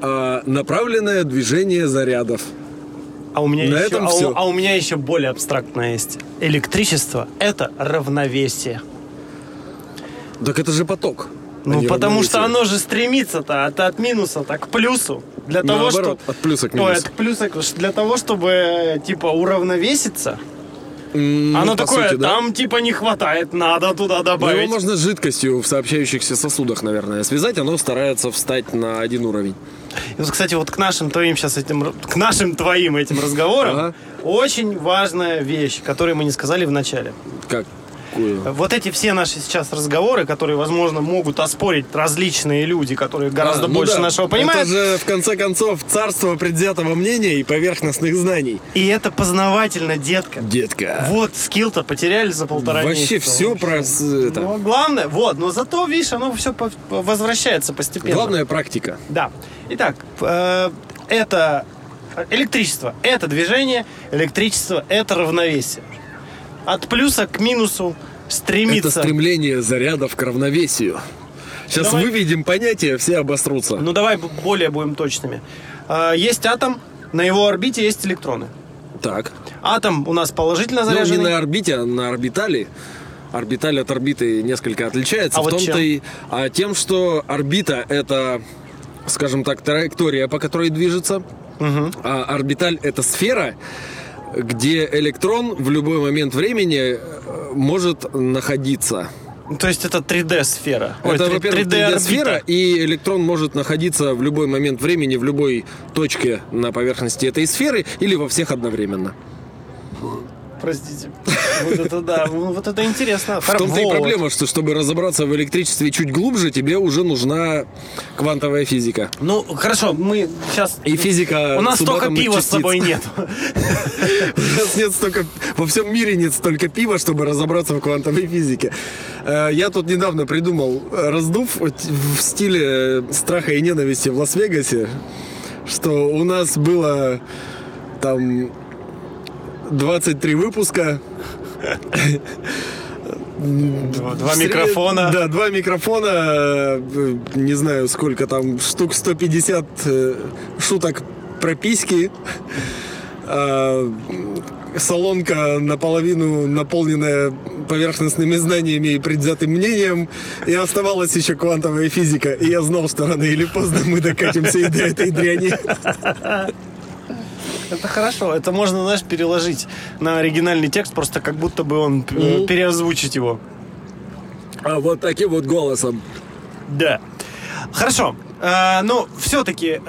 S1: а, направленное движение зарядов.
S2: а у, меня
S1: на
S2: еще,
S1: этом
S2: а, у-
S1: всё.
S2: а у меня еще более абстрактное есть. Электричество — это равновесие.
S1: Так это же поток. а
S2: Ну,
S1: не
S2: потому что
S1: равновесие.
S2: оно же стремится-то от, от минуса-то к плюсу. Для того,
S1: Наоборот,
S2: что...
S1: от плюса к
S2: Ой,
S1: минусу.
S2: от плюса к- ш- Для того, чтобы, э, типа, уравновеситься.
S1: М,
S2: оно
S1: Ну, по
S2: такое,
S1: сути, да.
S2: там, типа, не хватает, надо туда
S1: Но
S2: добавить.
S1: его можно с жидкостью в сообщающихся сосудах, наверное, связать. Оно старается встать на один уровень.
S2: И вот, кстати, вот к нашим твоим сейчас этим... р- К нашим твоим этим разговорам
S1: Ага.
S2: очень важная вещь, которую мы не сказали в начале.
S1: Какую?
S2: Вот эти все наши сейчас разговоры, которые, возможно, могут оспорить различные люди, которые гораздо
S1: А, ну
S2: больше
S1: да.
S2: нашего
S1: Это
S2: понимают.
S1: же, в конце концов, царство предвзятого мнения и поверхностных знаний.
S2: И это познавательно, детка.
S1: Детка.
S2: Вот, скилл-то потеряли за полтора
S1: Вообще
S2: месяца.
S1: все про... э, это.
S2: Но главное, вот, но зато, видишь, оно все возвращается постепенно.
S1: Главная практика.
S2: Да. Итак, э, это электричество, это движение, электричество, это равновесие. От плюса к минусу
S1: Это
S2: стремится.
S1: стремление зарядов к равновесию. Сейчас
S2: Давай.
S1: выведем понятия, все обосрутся.
S2: Ну давай б- более будем точными. Э, есть атом, на его орбите есть электроны.
S1: так.
S2: Атом у нас положительно
S1: Ну, не
S2: заряженный.
S1: на орбите, а на орбитале. Орбиталь от орбиты несколько отличается.
S2: А
S1: в
S2: вот
S1: том-то
S2: чем?
S1: и а тем, что орбита это, скажем так, траектория, по которой движется.
S2: Мгм.
S1: А орбиталь это сфера, где электрон в любой момент времени э, может находиться.
S2: То есть это 3D-сфера. Ой,
S1: это,
S2: три-
S1: во-первых,
S2: 3D-орбита.
S1: 3D-сфера, и электрон может находиться в любой момент времени, в любой точке на поверхности этой сферы или во всех одновременно.
S2: Простите. Вот это да. Ну, Вот это интересно.
S1: В том-то и проблема, что чтобы разобраться в электричестве чуть глубже, тебе уже нужна квантовая физика.
S2: Ну, хорошо, мы сейчас...
S1: И физика
S2: У нас
S1: субатомных
S2: столько пива с
S1: частиц.
S2: собой нет.
S1: Сейчас нет столько... Во всем мире нет столько пива, чтобы разобраться в квантовой физике. Э, Я тут недавно придумал э, раздув вот в стиле э, страха и ненависти в Лас-Вегасе, что у нас было там 23 выпуска,
S2: Два
S1: В сред-
S2: микрофона.
S1: Да, два микрофона, э, не знаю сколько там, штук 150 э, шуток про письки. Э, Салонка наполовину наполненная поверхностными знаниями и предвзятым мнением. И оставалась еще квантовая физика. И я знал, что рано или поздно мы докатимся и до этой дряни.
S2: Это хорошо. Это можно, знаешь, переложить на оригинальный текст, просто как будто бы он э,
S1: Мгм.
S2: переозвучить его.
S1: А вот таким вот голосом.
S2: Да. Хорошо. Э, ну, все-таки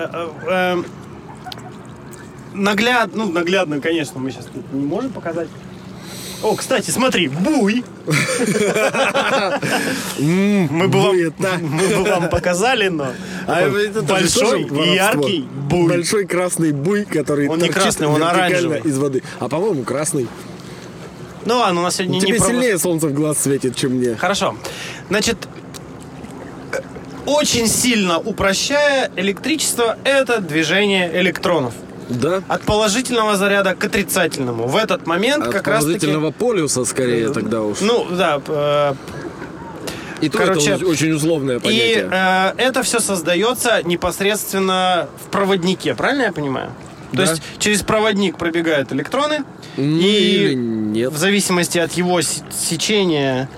S2: эм, нагляд, ну, наглядно, конечно, мы сейчас не можем показать. О, кстати, смотри, буй. Мы бы вам,
S1: Буета.
S2: мы бы вам показали, но
S1: А это тоже
S2: большой и
S1: воровство.
S2: яркий буй.
S1: Большой красный буй, который
S2: Он не
S1: торчит
S2: красный, он
S1: вертикально
S2: оранжевый.
S1: из воды. А по-моему, красный.
S2: Ну ладно, у нас сегодня не
S1: Тебе
S2: про-
S1: сильнее солнце в глаз светит, чем мне.
S2: Хорошо. Значит, э, очень сильно упрощая, электричество – это движение электронов.
S1: Да?
S2: От положительного заряда к отрицательному. В этот момент
S1: От
S2: А как
S1: положительного полюса скорее тогда уж.
S2: раз таки... Ну, да. э,
S1: и то
S2: короче,
S1: это очень условное
S2: И
S1: понятие.
S2: э, это все создается непосредственно в проводнике, правильно я понимаю? То
S1: Да.
S2: есть через проводник пробегают электроны,
S1: Ну, или
S2: и
S1: нет.
S2: в зависимости от его се- сечения...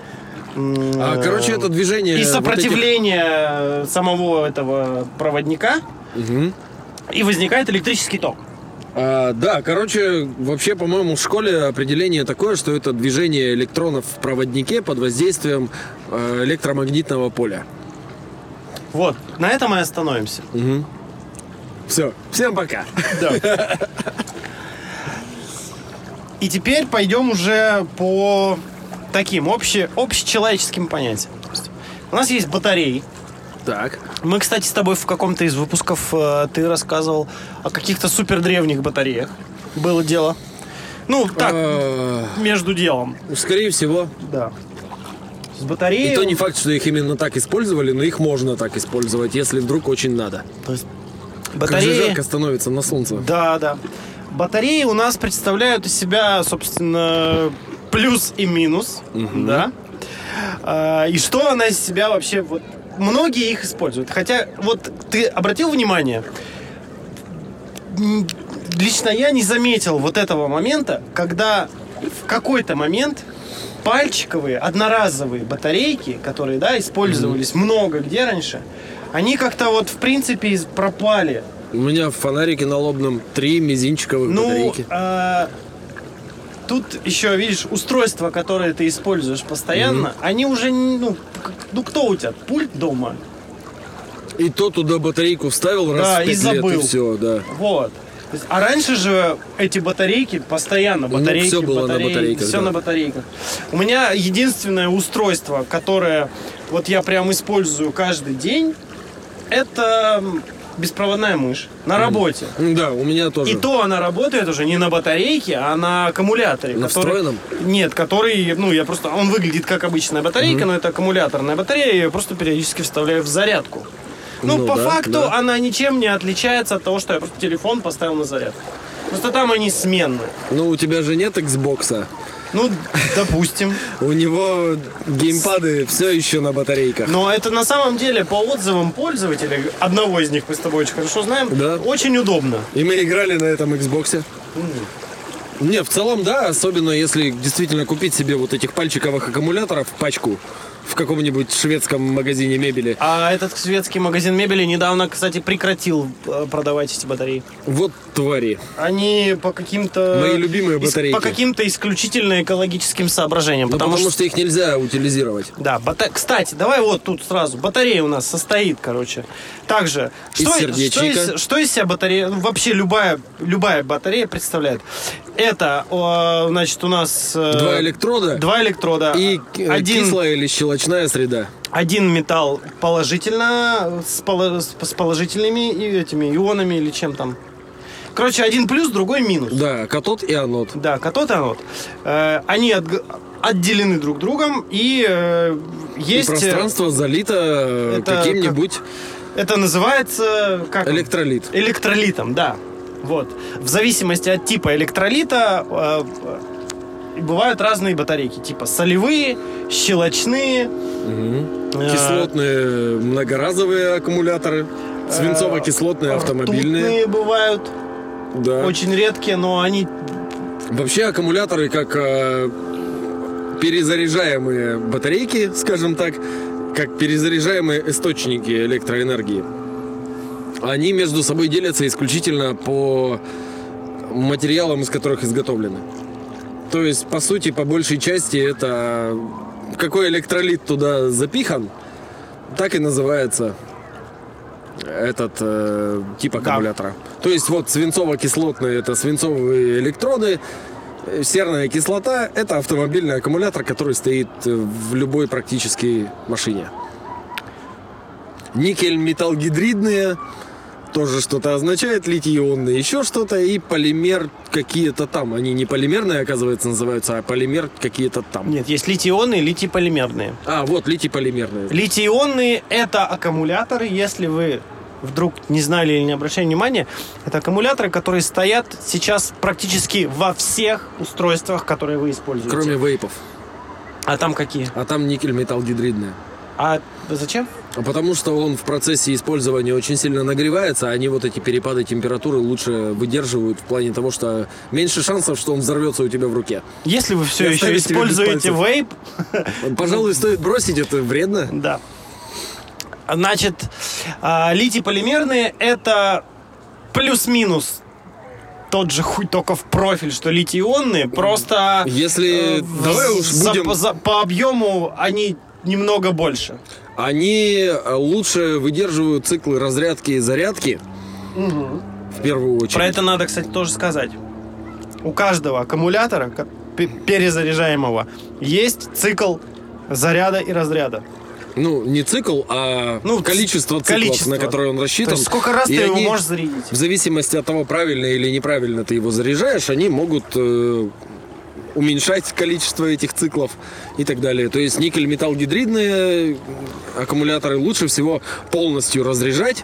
S2: м,
S1: А, короче, это движение...
S2: И
S1: вот этих-
S2: сопротивление самого этого проводника,
S1: Мгм.
S2: и возникает электрический ток.
S1: А, да, короче, вообще, по-моему, в школе определение такое, что это движение электронов в проводнике под воздействием э, электромагнитного поля.
S2: Вот, на этом мы остановимся.
S1: Все, всем пока.
S2: И теперь пойдем уже по таким обще, общечеловеческим понятиям. То есть У нас есть батареи.
S1: Так.
S2: Мы, кстати, с тобой в каком-то из выпусков э, ты рассказывал о каких-то супер древних батареях. Было дело. Ну, так,
S1: А,
S3: Э,
S2: между делом.
S3: Скорее всего.
S2: Да. С
S3: И
S2: батареей...
S3: то не факт, что их именно так использовали, но их можно так использовать, если вдруг очень надо.
S2: То есть
S1: Как же
S2: батареи...
S1: жарко становится на солнце.
S2: Да, да. Батареи у нас представляют из себя, собственно, плюс и минус. Да. А, И что она из себя вообще... Вот, многие их используют. Хотя, вот ты обратил внимание, М, лично я не заметил вот этого момента, когда в какой-то момент пальчиковые, одноразовые батарейки, которые, да, использовались много где раньше, они как-то вот, в принципе, из- пропали.
S1: У меня в фонарике на лобном три мизинчиковых
S2: Ну,
S1: батарейки.
S2: а, тут еще, видишь, устройства, которые ты используешь постоянно, они уже, не- ну, как- ну, кто у тебя? Пульт дома?
S1: И то туда батарейку вставил раз
S2: Да,
S1: в
S2: и
S1: пять
S2: забыл.
S1: лет, и все, да.
S2: Вот. То есть, а раньше же эти батарейки постоянно
S1: Ну,
S2: батарейки,
S1: всё было на
S2: батарейки,
S1: батарейках,
S2: всё
S1: да.
S2: на батарейках. У меня единственное устройство, которое вот я прям использую каждый день, это м, беспроводная мышь на работе.
S1: М, Да, у меня тоже.
S2: И то она работает уже не на батарейке, а на аккумуляторе.
S1: На
S2: который-
S1: встроенном?
S2: Нет, который, ну, я просто... Он выглядит как обычная батарейка, но это аккумуляторная батарея, я ее просто периодически вставляю в зарядку. Ну,
S1: Ну
S2: по
S1: да,
S2: факту
S1: да.
S2: она ничем не отличается от того, что я просто телефон поставил на зарядку. Просто там они сменные.
S1: Но у тебя же нет Xbox.
S2: Ну, допустим.
S1: У него геймпады все еще на батарейках.
S2: Но это на самом деле по отзывам пользователей, одного из них мы с тобой очень хорошо знаем,
S1: Да.
S2: очень удобно.
S1: И мы играли на этом Xbox. Не, в целом, да, особенно если действительно купить себе вот этих пальчиковых аккумуляторов пачку в каком-нибудь шведском магазине мебели.
S2: А этот шведский магазин мебели недавно, кстати, прекратил э, продавать эти батареи.
S1: Вот твари. Ну,
S2: Они по каким-то...
S1: Мои любимые
S2: ис-
S1: батарейки.
S2: По каким-то исключительно экологическим соображениям.
S1: Ну,
S2: потому, что...
S1: их нельзя утилизировать.
S2: Да, бата- кстати, давай вот тут сразу. Батарея у нас состоит, короче. Также,
S1: Из
S2: что, что
S1: сердечника.
S2: из, что из себя батарея, ну, вообще любая, любая батарея представляет. Это, о, значит, у нас... э,
S1: Два электрода
S2: Два электрода.
S1: и э,
S2: один,
S1: кислая или щелочная среда.
S2: один металл положительно, с, поло- с- с положительными и этими ионами или чем там. Короче, один плюс, другой минус.
S1: Да, катод и анод.
S2: Да, катод и анод. Э, они отг- отделены друг другом, и э, есть...
S1: и
S2: э,
S1: пространство залито э,
S2: это
S1: каким-нибудь
S2: Это называется... Как? он?
S1: электролит.
S2: Электролитом, да. Вот. В зависимости от типа электролита э, э, бывают разные батарейки. Типа солевые, щелочные. э,
S1: Кислотные многоразовые аккумуляторы,
S2: э,
S1: свинцово-кислотные автомобильные.
S2: ртутные бывают.
S1: Да.
S2: э, Очень редкие, но они...
S1: Вообще аккумуляторы как э, перезаряжаемые батарейки, скажем так, как перезаряжаемые источники электроэнергии. Они между собой делятся исключительно по материалам, из которых изготовлены. То есть, по сути, по большей части это какой электролит туда запихан, так и называется этот э, тип аккумулятора. То есть вот свинцово-кислотные это свинцовые электроды, э, серная кислота это автомобильный аккумулятор, который стоит э, в любой практически машине. Никель-металлгидридные тоже что-то означает, литий-ионные еще что-то, и полимер какие-то там. Они не полимерные, оказывается, называются, а полимер какие-то там.
S2: Нет, есть литий-ионные, литий-полимерные.
S1: А, вот литий-полимерные.
S2: Литий-ионные – это аккумуляторы, если вы вдруг не знали или не обращали внимания, это аккумуляторы, которые стоят сейчас практически во всех устройствах, которые вы используете.
S1: Кроме вейпов.
S2: А там какие?
S1: А там никель-металлгидридные.
S2: А зачем?
S1: А Потому что он в процессе использования очень сильно нагревается, а они вот эти перепады температуры лучше выдерживают в плане того, что меньше шансов, что он взорвется у тебя в руке.
S2: Если вы все
S1: Я
S2: еще
S1: оставлю тебя без
S2: используете
S1: пальцев.
S2: вейп,
S1: Пожалуй, стоит бросить, это вредно.
S2: да. Значит, а, литий-полимерные – это плюс-минус тот же хуй только в профиль, что литий-ионные, просто
S1: Если-
S2: э, в-
S1: давай уж
S2: за-
S1: будем-
S2: за- по объему они немного больше.
S1: Они э, лучше выдерживают циклы разрядки и зарядки. В первую очередь.
S2: Про это надо, кстати, тоже сказать. У каждого аккумулятора ко- пе- перезаряжаемого есть цикл заряда и разряда.
S1: Ну, не цикл, а
S2: Ну,
S1: количество циклов,
S2: количество.
S1: на которые он
S2: То
S1: рассчитан.
S2: есть сколько раз
S1: И
S2: ты его
S1: они-
S2: можешь зарядить?
S1: В зависимости от того, правильно или неправильно ты его заряжаешь, они могут э, уменьшать количество этих циклов и так далее. То есть никель-металл-гидридные аккумуляторы лучше всего полностью разряжать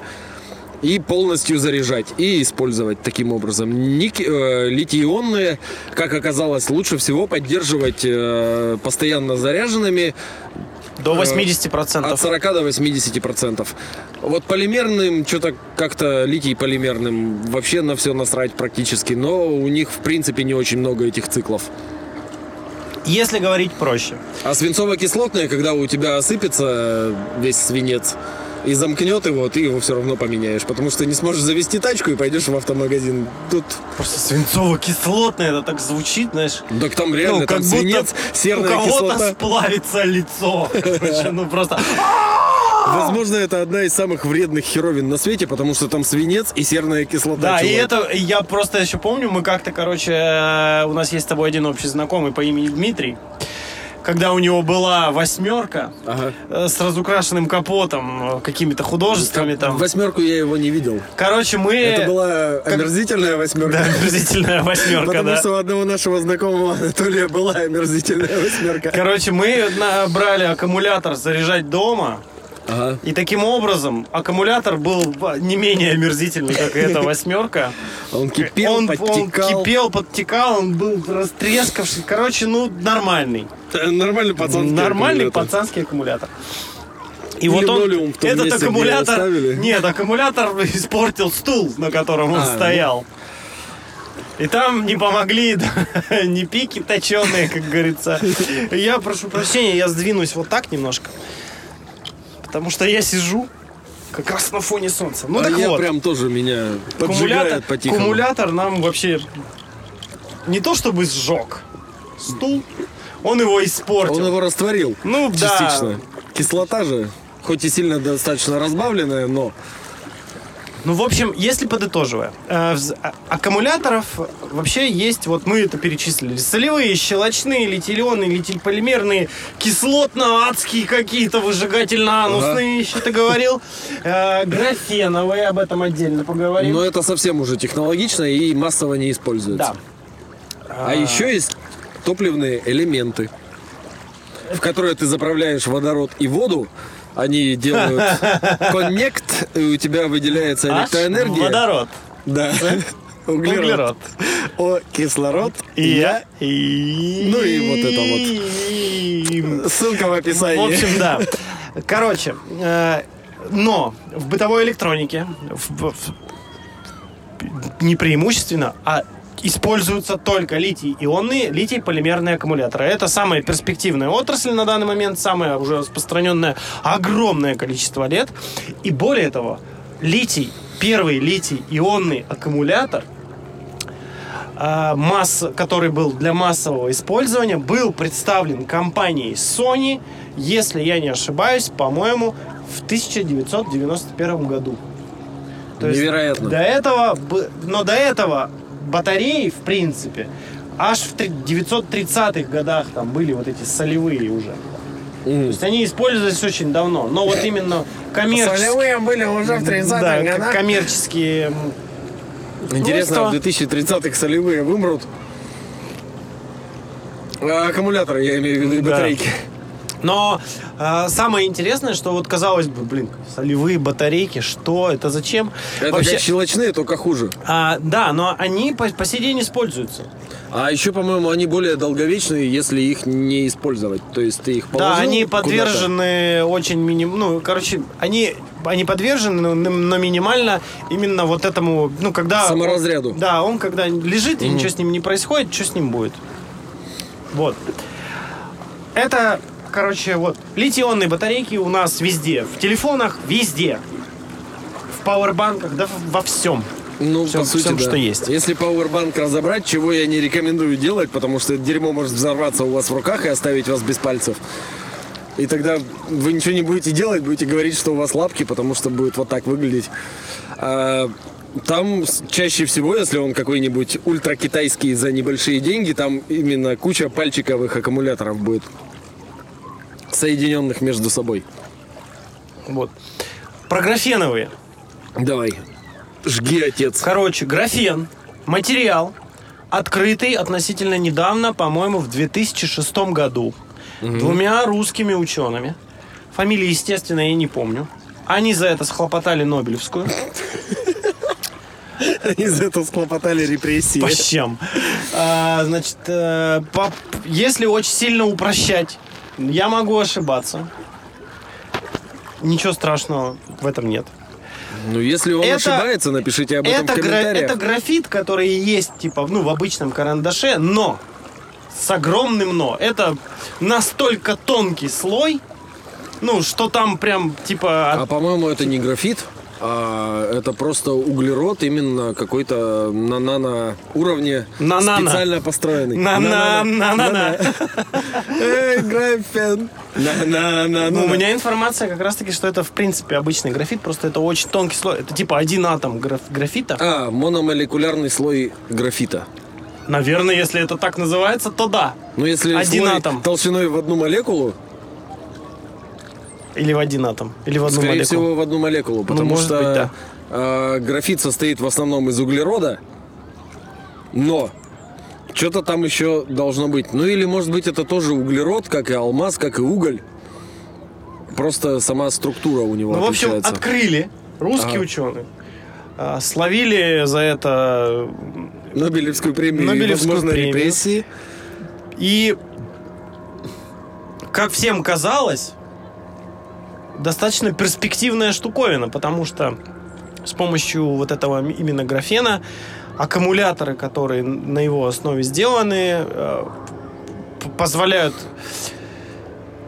S1: и полностью заряжать и использовать таким образом. Ники- э, литий-ионные, как оказалось, лучше всего поддерживать э, постоянно заряженными
S2: До
S1: э, а
S2: 80%.
S1: от 40 до 80 процентов. Вот полимерным, что-то как-то литий полимерным вообще на все насрать практически, но у них в принципе не очень много этих циклов.
S2: Если говорить проще.
S1: А свинцово-кислотное, когда у тебя осыпется весь свинец и замкнет его, ты его все равно поменяешь, потому что не сможешь завести тачку и пойдешь в автомагазин. Тут,
S2: Просто свинцово-кислотное, это так звучит, знаешь.
S1: так там реально
S2: ну, как
S1: там
S2: будто
S1: свинец,
S2: у
S1: серная
S2: кого-то
S1: кислота.
S2: сплавится лицо. Короче, ну просто...
S1: Возможно, это одна из самых вредных херовин на свете, потому что там свинец и серная кислота.
S2: Да, и
S1: чувак.
S2: это я просто еще помню, мы как-то, короче, э, у нас есть с тобой один общий знакомый по имени Дмитрий. Когда у него была восьмерка
S1: Ага.
S2: э, с разукрашенным капотом, э, какими-то художествами там.
S1: Восьмерку я его не видел.
S2: Короче, мы...
S1: Это была омерзительная
S2: Да,
S1: восьмерка.
S2: омерзительная восьмерка,
S1: Потому
S2: да.
S1: что у одного нашего знакомого Анатолия была омерзительная восьмерка.
S2: Короче, мы на- брали аккумулятор заряжать дома,
S1: Ага.
S2: и таким образом аккумулятор был в- не менее омерзительный, как и эта восьмерка.
S1: Он кипел,
S2: он,
S1: подтекал.
S2: он кипел, подтекал, он был растрескавший. Короче, ну, нормальный.
S1: Э, Нормальный пацан.
S2: Нормальный пацанский аккумулятор. И вот он,
S1: Линолеум в том
S2: этот
S1: месте, где
S2: аккумулятор,
S1: его ставили.
S2: нет, аккумулятор испортил стул, на котором он
S1: А, ну.
S2: стоял. И там не помогли ни пики точеные, как говорится. Я прошу прощения, я сдвинусь вот так немножко, потому что я сижу как раз на фоне солнца. Ну
S1: Ну
S2: так
S1: я
S2: вот,
S1: прям тоже меня
S2: аккумулятор,
S1: поджигает потихоньку.
S2: аккумулятор нам вообще не то чтобы сжег стул, он его испортил.
S1: Он его растворил.
S2: Ну, да.
S1: частично. Кислота же, хоть и сильно достаточно разбавленная, но
S2: Ну, в общем, если подытоживая, э, вз- а- аккумуляторов вообще есть, вот мы это перечислили, солевые, щелочные, литилионные, литильполимерные, кислотно-адские какие-то, выжигательно-анусные, еще ты говорил, Э, графеновые, об этом отдельно поговорим.
S1: но это совсем уже технологично и массово не используется.
S2: Да.
S1: А еще есть топливные элементы, в которые ты заправляешь водород и воду. Они делают коннект, и у тебя выделяется
S2: Аж
S1: электроэнергия.
S2: Водород.
S1: Да. Углерод.
S2: Углерод.
S1: О, кислород.
S2: И я. И...
S1: Ну и вот это
S2: это вот.
S1: Ссылка в описании.
S2: В общем, да. Короче, э, но в бытовой электронике в- в- не преимущественно, а используются только литий-ионные, литий-полимерные аккумуляторы. Это самая перспективная отрасль на данный момент, самая уже распространенная, огромное количество лет. И более того, литий, первый литий-ионный аккумулятор а, масс, который был для массового использования, был представлен компанией Sony, если я не ошибаюсь, по-моему, в 1991 году.
S1: Невероятно.
S2: До этого, бы- но до этого батареи, в принципе, аж в три- 930-х годах там были вот эти солевые уже. То есть они использовались очень давно, но вот именно коммерческие,
S1: были уже в
S2: да, коммерческие м,
S1: Интересно, а в
S2: Просто-
S1: 2030-х солевые вымрут? А, Аккумуляторы, я имею в виду, и
S2: Да.
S1: батарейки.
S2: Но э, самое интересное, что вот казалось бы, блин, солевые батарейки, что это, зачем?
S1: Это
S2: Вообще,
S1: как щелочные, только хуже.
S2: а, да, но они по, по сей день используются.
S1: А еще, по-моему, они более долговечные, если их не использовать. То есть ты их положил
S2: да, они
S1: куда-то.
S2: подвержены очень миним, ну, короче, они они подвержены, но, но минимально именно вот этому, ну, когда
S1: Саморазряду.
S2: да, он когда лежит и ничего с ним не происходит, что с ним будет? Вот. Это, короче, вот литионные батарейки у нас везде, в телефонах везде, в пауэрбанках, да, в- во всем.
S1: Ну,
S2: Всем-
S1: по сути,
S2: всем,
S1: да.
S2: что есть.
S1: Если пауэрбанк разобрать, чего я не рекомендую делать, потому что это дерьмо может взорваться у вас в руках и оставить вас без пальцев. И тогда вы ничего не будете делать, будете говорить, что у вас лапки, потому что будет вот так выглядеть. А там с- чаще всего, если он какой-нибудь ультракитайский за небольшие деньги, там именно куча пальчиковых аккумуляторов будет соединенных между собой.
S2: Вот. Про графеновые.
S1: Давай. Жги, отец.
S2: Короче, графен, материал, открытый относительно недавно, по-моему, в 2006 году, двумя русскими учеными. Фамилии, естественно, я не помню. Они за это схлопотали Нобелевскую.
S1: Из этого схлопотали репрессии.
S2: По щам. А, значит, э, по- если очень сильно упрощать, я могу ошибаться. Ничего страшного в этом нет.
S1: Ну, если он
S2: Это-
S1: ошибается, напишите об этом
S2: это,
S1: в
S2: гра-
S1: комментариях.
S2: это графит, который есть, типа, ну, в обычном карандаше, но с огромным но. Это настолько тонкий слой, ну, что там прям, типа,
S1: А
S2: от-
S1: по-моему, это не графит, а это просто углерод именно какой-то на нано уровне
S2: На-нано.
S1: специально построенный.
S2: на-на, на-на-на.
S1: Эй, графен. На-на-на.
S2: Ну, у меня информация как раз-таки, что это, в принципе, обычный графит, просто это очень тонкий слой. Это, типа, один атом граф- графита.
S1: А, мономолекулярный слой графита.
S2: Наверное, если это так называется, то да.
S1: Ну, если
S2: Один
S1: слой
S2: атом.
S1: толщиной в одну молекулу,
S2: Или в один атом, или в одну
S1: скорее
S2: молекулу. Ну,
S1: всего, в одну молекулу, потому
S2: может
S1: что
S2: быть, да.
S1: а, графит состоит в основном из углерода, но что-то там еще должно быть. Ну или, может быть, это тоже углерод, как и алмаз, как и уголь. Просто сама структура у него
S2: Ну, в общем,
S1: отличается.
S2: открыли русские ученые. а, Словили за это
S1: Нобелевскую премию
S2: Нобелевскую
S1: и, возможно,
S2: премию.
S1: репрессии.
S2: И, как всем казалось, достаточно перспективная штуковина, потому что с помощью вот этого м- именно графена аккумуляторы, которые н- на его основе сделаны, э, п- позволяют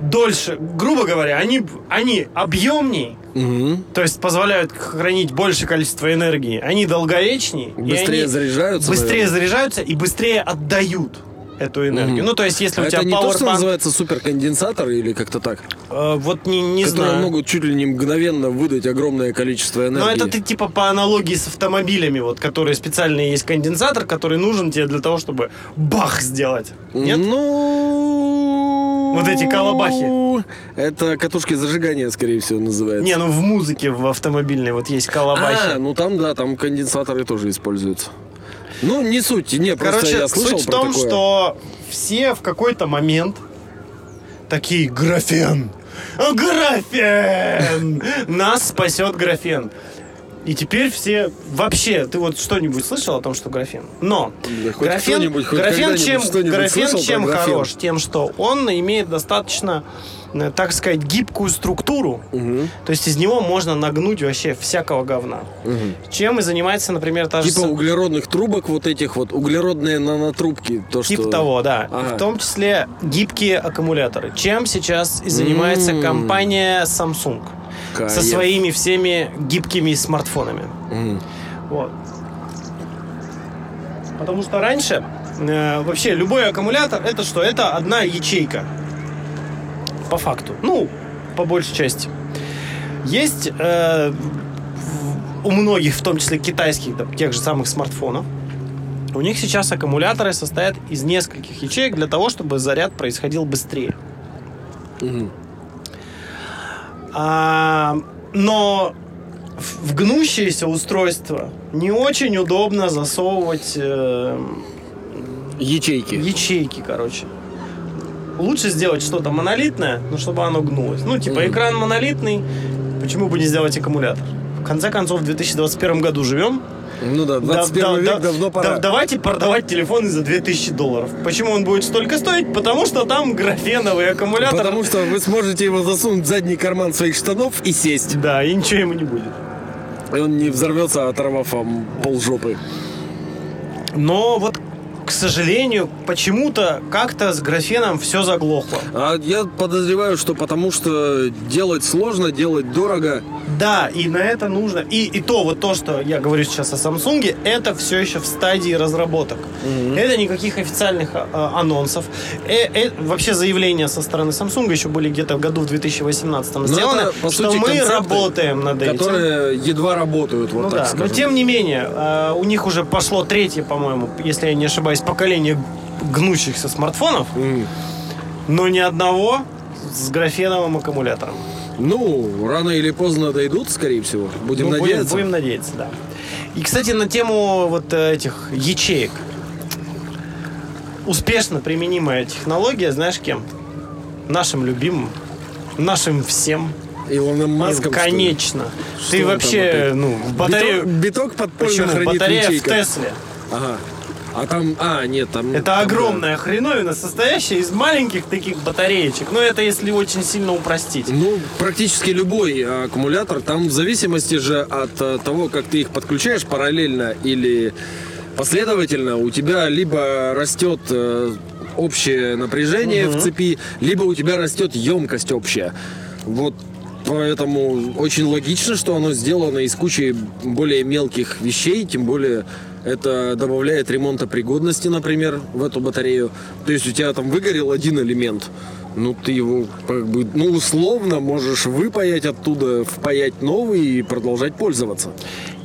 S2: дольше, грубо говоря, они, б- они объемней,
S1: Мгм.
S2: то есть позволяют хранить большее количество энергии, они долговечнее, и
S1: Быстрее
S2: они-
S1: заряжаются.
S2: быстрее
S1: наверное.
S2: заряжаются и быстрее отдают эту энергию.
S1: Мгм.
S2: Ну, то есть, если
S1: А
S2: у тебя
S1: это не то, что
S2: powerbank,
S1: называется суперконденсатор или как-то так?
S2: э, вот не, не
S1: которые
S2: знаю.
S1: могут чуть ли не мгновенно выдать огромное количество энергии.
S2: Но это ты типа по аналогии с автомобилями, вот, которые специально есть конденсатор, который нужен тебе для того, чтобы бах сделать. Нет?
S1: Ну...
S2: Вот эти колобахи.
S1: Это катушки зажигания, скорее всего, называется.
S2: Не, ну в музыке в автомобильной вот есть
S1: а,
S2: колобахи.
S1: ну там, да, там конденсаторы тоже используются. Ну, не суть, не, просто
S2: Короче,
S1: я слышал
S2: суть в
S1: про
S2: том,
S1: такое.
S2: что все в какой-то момент такие графен. Графен! Нас спасет графен. И теперь все вообще, ты вот что-нибудь слышал о том, что графен? Но
S1: Да хоть
S2: графен,
S1: кто-нибудь, хоть
S2: графен
S1: когда-нибудь
S2: чем,
S1: что-нибудь
S2: графен
S1: слышал про
S2: чем
S1: графен?
S2: хорош? Тем, что он имеет достаточно, э, так сказать, гибкую структуру.
S1: Мгм.
S2: То есть из него можно нагнуть вообще всякого говна. Чем и занимается, например, та же
S1: Типа
S2: са-
S1: углеродных трубок вот этих вот, углеродные нанотрубки. То,
S2: Типа
S1: что... А.
S2: того, да.
S1: Ага.
S2: В том числе гибкие аккумуляторы. Чем сейчас и занимается
S1: М.
S2: компания Samsung со
S1: Кайф.
S2: своими всеми гибкими смартфонами.
S1: Мгм.
S2: Вот. Потому что раньше э, вообще любой аккумулятор это что? Это одна ячейка. По факту. Ну, по большей части. Есть э, в- у многих, в том числе китайских, да, тех же самых смартфонов, у них сейчас аккумуляторы состоят из нескольких ячеек для того, чтобы заряд происходил быстрее.
S1: Мгм.
S2: А, но в в гнущееся устройство не очень удобно засовывать э,
S1: Ячейки.
S2: ячейки, короче. Лучше сделать что-то монолитное, но чтобы оно гнулось. Ну, типа
S1: Мгм.
S2: экран монолитный, почему бы не сделать аккумулятор? В конце концов, в 2021 году живем.
S1: Ну да, 21
S2: Да- да-
S1: век
S2: да-
S1: давно пора.
S2: да- давайте продавать телефоны за 2000 долларов. Почему он будет столько стоить? Потому что там графеновый аккумулятор.
S1: Потому что вы сможете его засунуть в задний карман своих штанов и сесть.
S2: Да, и ничего ему не будет.
S1: И он не взорвется, оторвав вам полжопы.
S2: Но вот, к сожалению, почему-то как-то с графеном все заглохло.
S1: А я подозреваю, что потому что делать сложно, делать дорого.
S2: Да, и на это нужно. И, и то, вот то, что я говорю сейчас о Samsung, это все еще в стадии разработок. Это никаких официальных а, анонсов. Э, э, вообще заявления со стороны Samsung еще были где-то в году в 2018
S1: это,
S2: сделаны,
S1: по
S2: что
S1: сути,
S2: мы
S1: концепты,
S2: работаем над этим.
S1: Которые едва работают, вот
S2: Ну
S1: так
S2: да, но
S1: скажем.
S2: тем не менее, э, у них уже пошло третье, по-моему, если я не ошибаюсь, поколение гнущихся смартфонов.
S1: М.
S2: но ни одного с графеновым аккумулятором.
S1: Ну, рано или поздно дойдут, скорее всего. Будем
S2: Ну,
S1: надеяться.
S2: Будем, будем надеяться, да. И, кстати, на тему вот э, этих ячеек. Успешно применимая технология, знаешь, кем? Нашим любимым, нашим всем.
S1: Илоном Маском, что ли?
S2: Конечно.
S1: Что
S2: Ты
S1: он там
S2: вообще,
S1: опять?
S2: ну, в батарею...
S1: Биток, биток подпольно
S2: Почему?
S1: хранит
S2: Батарея
S1: ячейка.
S2: в Тесле.
S1: Ага. А там, а, нет, там...
S2: Это
S1: там,
S2: огромная хреновина, состоящая из маленьких таких батареечек. Но это если очень сильно упростить.
S1: Ну, практически любой э, аккумулятор, там в зависимости же от э, того, как ты их подключаешь параллельно или последовательно, у тебя либо растет э, общее напряжение в цепи, либо у тебя растет емкость общая. Вот поэтому очень логично, что оно сделано из кучи более мелких вещей, тем более это добавляет ремонтопригодности, например, в эту батарею. То есть у тебя там выгорел один элемент. Ну, ты его как бы, ну, условно можешь выпаять оттуда, впаять новый и продолжать пользоваться.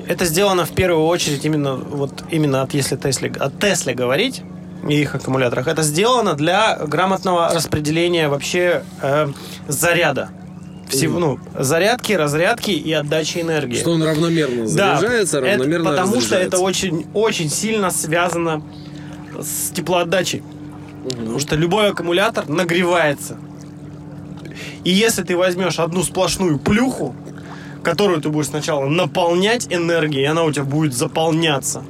S2: Это сделано в первую очередь именно вот именно от если Тесли, от Тесли говорить и их аккумуляторах. Это сделано для грамотного распределения вообще э, заряда. Всего, ну, зарядки, разрядки и отдачи энергии.
S1: Что он равномерно
S2: Да,
S1: заряжается,
S2: это-
S1: равномерно
S2: Потому что
S1: разряжается.
S2: это очень, очень сильно связано с теплоотдачей. Потому что любой аккумулятор нагревается. И если ты возьмешь одну сплошную плюху, которую ты будешь сначала наполнять энергией, и она у тебя будет заполняться,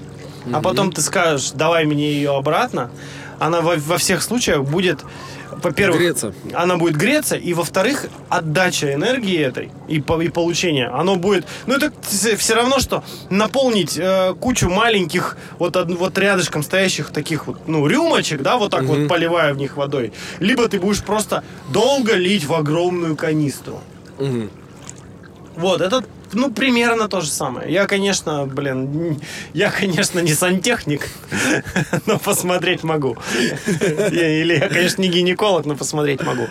S2: а потом ты скажешь, давай мне ее обратно, она во, во всех случаях будет, во-первых,
S1: Греться.
S2: она будет греться, и во-вторых, отдача энергии этой и, по- и получение, оно будет, ну это все равно, что наполнить э, кучу маленьких вот од- вот рядышком стоящих таких вот ну рюмочек, да, вот так вот поливая в них водой, либо ты будешь просто долго лить в огромную канистру.
S1: Мгм.
S2: Вот, это, ну, примерно то же самое. Я, конечно, блин, н- я, конечно, не сантехник, но посмотреть могу. Я- Или я, конечно, не гинеколог, но посмотреть могу.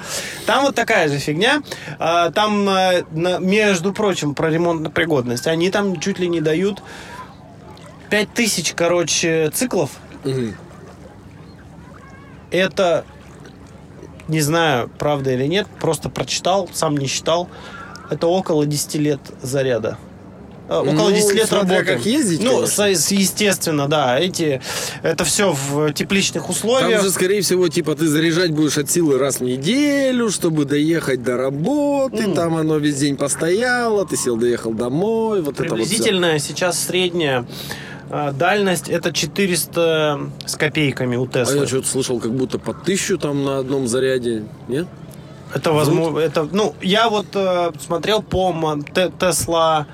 S2: Там вот такая же фигня. А, Там, э, на- между прочим, про ремонтную пригодность. Они там чуть ли не дают 5000, короче, циклов.
S1: Мгм.
S2: Это, не знаю, правда или нет, просто прочитал, сам не считал. Это около 10 лет заряда. Э, Около
S1: Ну,
S2: 10 лет
S1: смотря
S2: работы.
S1: как ездить,
S2: ну,
S1: конечно.
S2: со- с- естественно, да. Эти, это все в тепличных условиях.
S1: Там же, скорее всего, типа ты заряжать будешь от силы раз в неделю, чтобы доехать до работы. Там оно весь день постояло, ты сел, доехал домой. Вот это вот всё.
S2: Приблизительная сейчас средняя э, дальность это 400 с копейками у
S1: А
S2: Теслы.
S1: я что-то слышал, как будто по тысячу там на одном заряде, нет? А,
S2: Это возможно. Это, ну, я вот э, смотрел по мо- Те- Tesla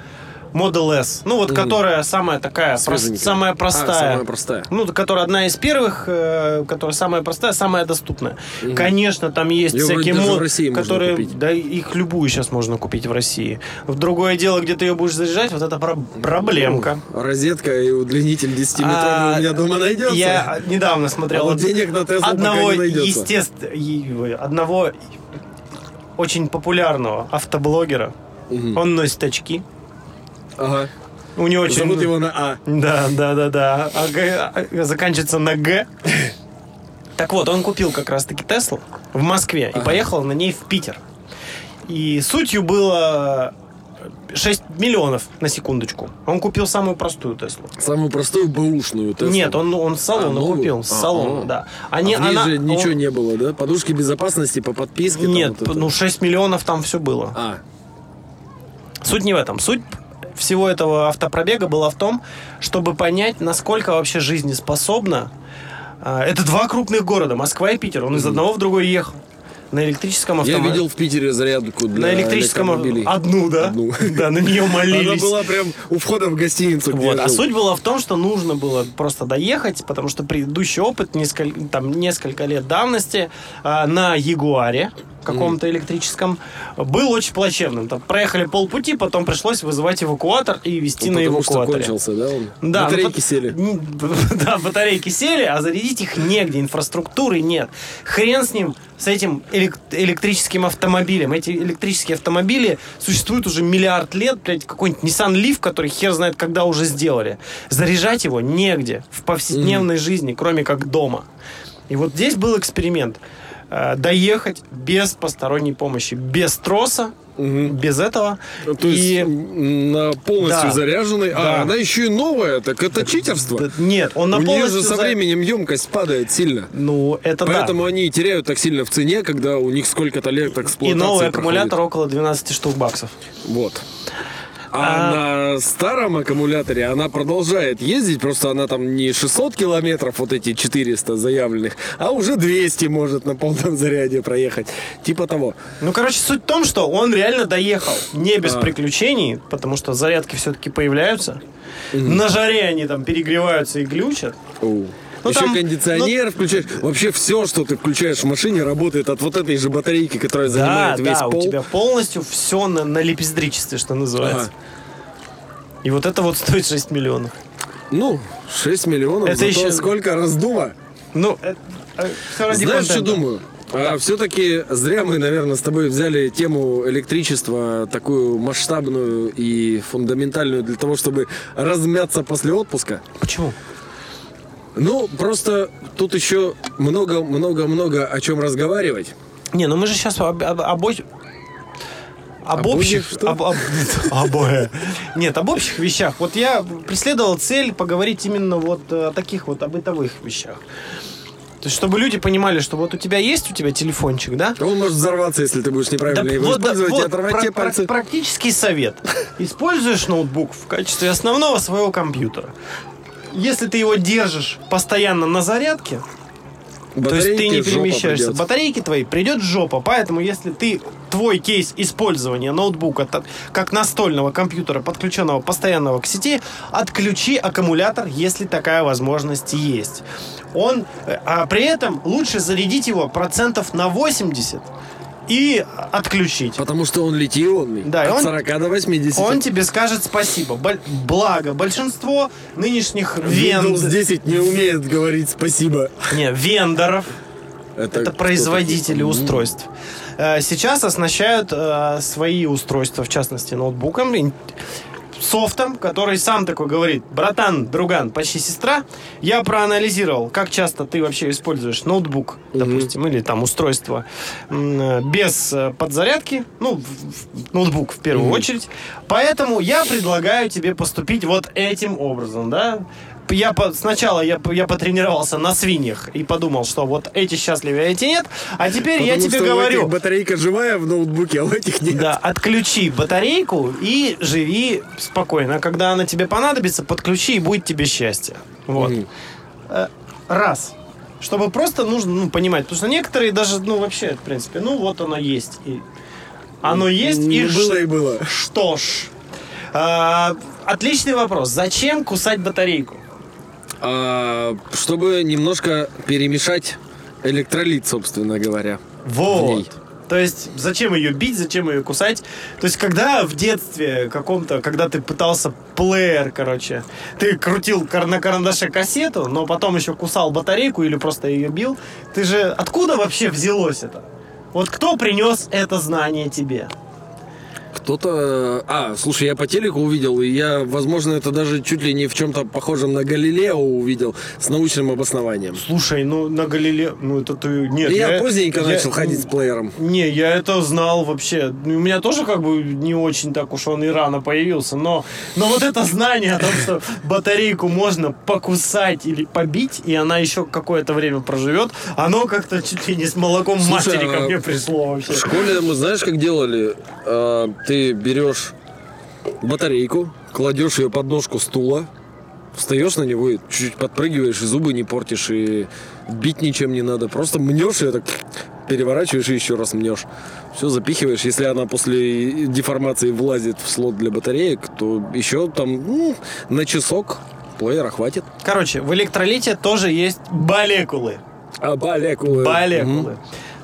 S2: Model S. Ну, вот которая самая такая, прос-
S1: Свеженькая.
S2: самая
S1: А,
S2: простая.
S1: самая простая.
S2: Ну, которая одна из первых, э, которая самая простая, самая доступная. Конечно, там есть
S1: Её вроде
S2: всякие
S1: даже в
S2: мод,
S1: России можно
S2: которые.
S1: купить.
S2: Да, их любую сейчас можно купить в России. В другое дело, где ты ее будешь заряжать, вот это про- проблемка.
S1: Ну, Розетка и удлинитель 10 метровый
S2: А,
S1: у меня дома найдется.
S2: Я недавно смотрел
S1: Ну, А вот
S2: од-
S1: денег на Теслу пока
S2: одного,
S1: не найдется.
S2: естественно, одного очень популярного автоблогера. Он носит очки.
S1: Ага.
S2: У него очень...
S1: Зовут его на А.
S2: Да, да, да, да. А Г- а- заканчивается на Г. Так вот, он купил как раз-таки Теслу в Москве и поехал на ней в Питер. И сутью было 6 миллионов на секундочку. Он купил самую простую Теслу.
S1: Самую простую бэушную Теслу.
S2: Нет, он, он с салона
S1: новую?
S2: купил. С
S1: А,
S2: салона,
S1: а.
S2: да.
S1: А
S2: Они,
S1: в ней
S2: она-
S1: же ничего
S2: он-
S1: не было, да? Подушки безопасности по подписке? там
S2: Нет,
S1: вот это.
S2: ну 6 миллионов там все было.
S1: А,
S2: Суть не в этом. Суть всего этого автопробега была в том, чтобы понять, насколько вообще жизнеспособна. а, Это два крупных города, Москва и Питер. Он из одного в другой ехал. На электрическом
S1: я
S2: автомобиле.
S1: видел в Питере зарядку для
S2: на электрическом
S1: электромобилей.
S2: одну, да?
S1: Одну.
S2: Да, на нее
S1: Она
S2: молились.
S1: была прям у входа в гостиницу, где
S2: Вот.
S1: я
S2: А
S1: жил.
S2: суть была в том, что нужно было просто доехать, потому что предыдущий опыт, несколько, там, несколько лет давности, а, на Ягуаре каком-то электрическом, был очень плачевным. Там проехали полпути, потом пришлось вызывать эвакуатор и везти на
S1: Потому что
S2: эвакуаторе.
S1: кончился, да? он?
S2: Да,
S1: Батарейки
S2: ну, пот-
S1: сели.
S2: Н- Да, батарейки сели, а зарядить их негде, инфраструктуры нет. Хрен с ним, с этим элек- электрическим автомобилем. Эти электрические автомобили существуют уже миллиард лет. Блядь, какой-нибудь Nissan Leaf, который хер знает, когда уже сделали. Заряжать его негде в повседневной жизни, кроме как дома. И вот здесь был эксперимент. Э, э, доехать без посторонней помощи, без троса, без этого.
S1: То
S2: И-
S1: есть м, на полностью
S2: Да.
S1: заряженный.
S2: Да.
S1: А, она еще и новая, так это читерство.
S2: Да, Нет, он на
S1: У нее же
S2: полностью
S1: со
S2: за-
S1: временем емкость падает сильно.
S2: Ну, это да.
S1: Поэтому они и теряют так сильно в цене, когда у них сколько-то лет эксплуатации
S2: И новый
S1: проходит.
S2: аккумулятор около 12 штук баксов.
S1: Вот. А, на старом аккумуляторе она продолжает ездить, просто она там не 600 километров, вот эти 400 заявленных, а уже 200 может на полном заряде проехать. Типа того.
S2: Ну, короче, суть в том, что он реально доехал. Не
S1: А.
S2: без приключений, потому что зарядки все-таки появляются. На жаре они там перегреваются и глючат.
S1: Оу.
S2: Ну,
S1: Еще
S2: там-
S1: кондиционер включаешь. Вообще все, что ты включаешь в машине, работает от вот этой же батарейки, которая занимает
S2: да,
S1: весь
S2: да,
S1: пол.
S2: у тебя полностью все на, на лепестричестве, что называется. И вот это вот стоит 6 миллионов.
S1: Ну, 6 миллионов.
S2: Это
S1: Это
S2: еще-
S1: еще сколько раздума.
S2: Ну, все ради
S1: Знаешь, что
S2: контента.
S1: думаю? все-таки зря мы, наверное, с тобой взяли тему электричества такую масштабную и фундаментальную для того, чтобы размяться после отпуска.
S2: Почему?
S1: Ну, просто тут еще много-много-много о чем разговаривать.
S2: Не, ну мы же сейчас об, об, об, оч- об
S1: Об
S2: общих...
S1: общих что?
S2: об- об- обои. Нет, об общих вещах. Вот я преследовал цель поговорить именно вот э, о таких вот, о бытовых вещах. То есть, чтобы люди понимали, что вот у тебя есть у тебя телефончик, да?
S1: Он может взорваться, если ты будешь неправильно
S2: Да,
S1: его
S2: вот, да,
S1: использовать и
S2: вот,
S1: оторвать
S2: пра-
S1: тебе
S2: пра-
S1: пальцы.
S2: Практический совет. Используешь ноутбук в качестве основного своего компьютера. Если ты его держишь постоянно на зарядке, то есть ты
S1: Батарейки
S2: не
S1: в жопу
S2: перемещаешься.
S1: придется.
S2: Батарейки твои придет жопа. Поэтому, если ты твой кейс использования ноутбука та- как настольного компьютера, подключенного постоянного к сети, отключи аккумулятор, если такая возможность есть. Он, э, а при этом лучше зарядить его процентов на 80 и отключить.
S1: Потому что он литионный.
S2: Да, и
S1: от
S2: он-
S1: 40 до 80.
S2: Он тебе скажет спасибо. Бол- Благо, большинство нынешних вен...
S1: Windows 10 не умеет говорить спасибо.
S2: Не, вендоров,
S1: кто
S2: Это
S1: такие?
S2: производители
S1: М.
S2: устройств. Э, Сейчас оснащают э, свои устройства, в частности ноутбуком, ин- софтом, который сам такой говорит, братан, друган, почти сестра, я проанализировал, как часто ты вообще используешь ноутбук, допустим, или там устройство м, э, без э, подзарядки, ну, в- в- ноутбук в первую очередь, поэтому я предлагаю тебе поступить вот этим образом, да, я по- сначала я, по- я потренировался на свиньях и подумал, что вот эти счастливые, а эти нет. А теперь я
S1: Потому
S2: тебе
S1: что у
S2: говорю,
S1: этих батарейка живая в ноутбуке, а у этих нет.
S2: да, отключи батарейку и живи спокойно. А Когда она тебе понадобится, подключи и будет тебе счастье. Вот.
S1: Мгм.
S2: Э, Раз. Чтобы просто нужно ну, понимать. Потому что некоторые даже, ну, вообще, в принципе, ну, вот оно есть. И оно есть, и
S1: Не было
S2: ш-
S1: и было.
S2: что ж. А, отличный вопрос. Зачем кусать батарейку?
S1: А, чтобы немножко перемешать электролит, собственно говоря. в ней.
S2: Вот. То есть, зачем ее бить, зачем ее кусать? То есть, когда в детстве каком-то, когда ты пытался плеер, короче, ты крутил кар- на карандаше кассету, но потом еще кусал батарейку или просто ее бил, ты же откуда вообще взялось это? Вот кто принес это знание тебе?
S1: Кто-то... А, слушай, я по телеку увидел, и я, возможно, это даже чуть ли не в чем-то похожем на Галилео увидел с научным обоснованием.
S2: Слушай, ну на Галиле, ну это ты нет.
S1: И я, поздненько
S2: я-
S1: начал ходить с плеером.
S2: Не, я это знал вообще. Ну, У меня тоже как бы не очень так уж он и рано появился, но, но вот это знание о том, что батарейку можно покусать или побить, и она еще какое-то время проживет, оно как-то чуть ли не с молоком
S1: Слушай,
S2: матери ко
S1: а
S2: мне пришло вообще.
S1: В школе мы знаешь, как делали? А, ты берешь батарейку, кладешь ее под ножку стула, встаешь на него и чуть-чуть подпрыгиваешь, и зубы не портишь, и бить ничем не надо. Просто мнешь ее так, переворачиваешь и еще раз мнешь. Все запихиваешь. Если она после деформации влазит в слот для батареек, то еще там ну, на часок плеера хватит.
S2: Короче, в электролите тоже есть молекулы.
S1: А молекулы? Мгм.
S2: Молекулы.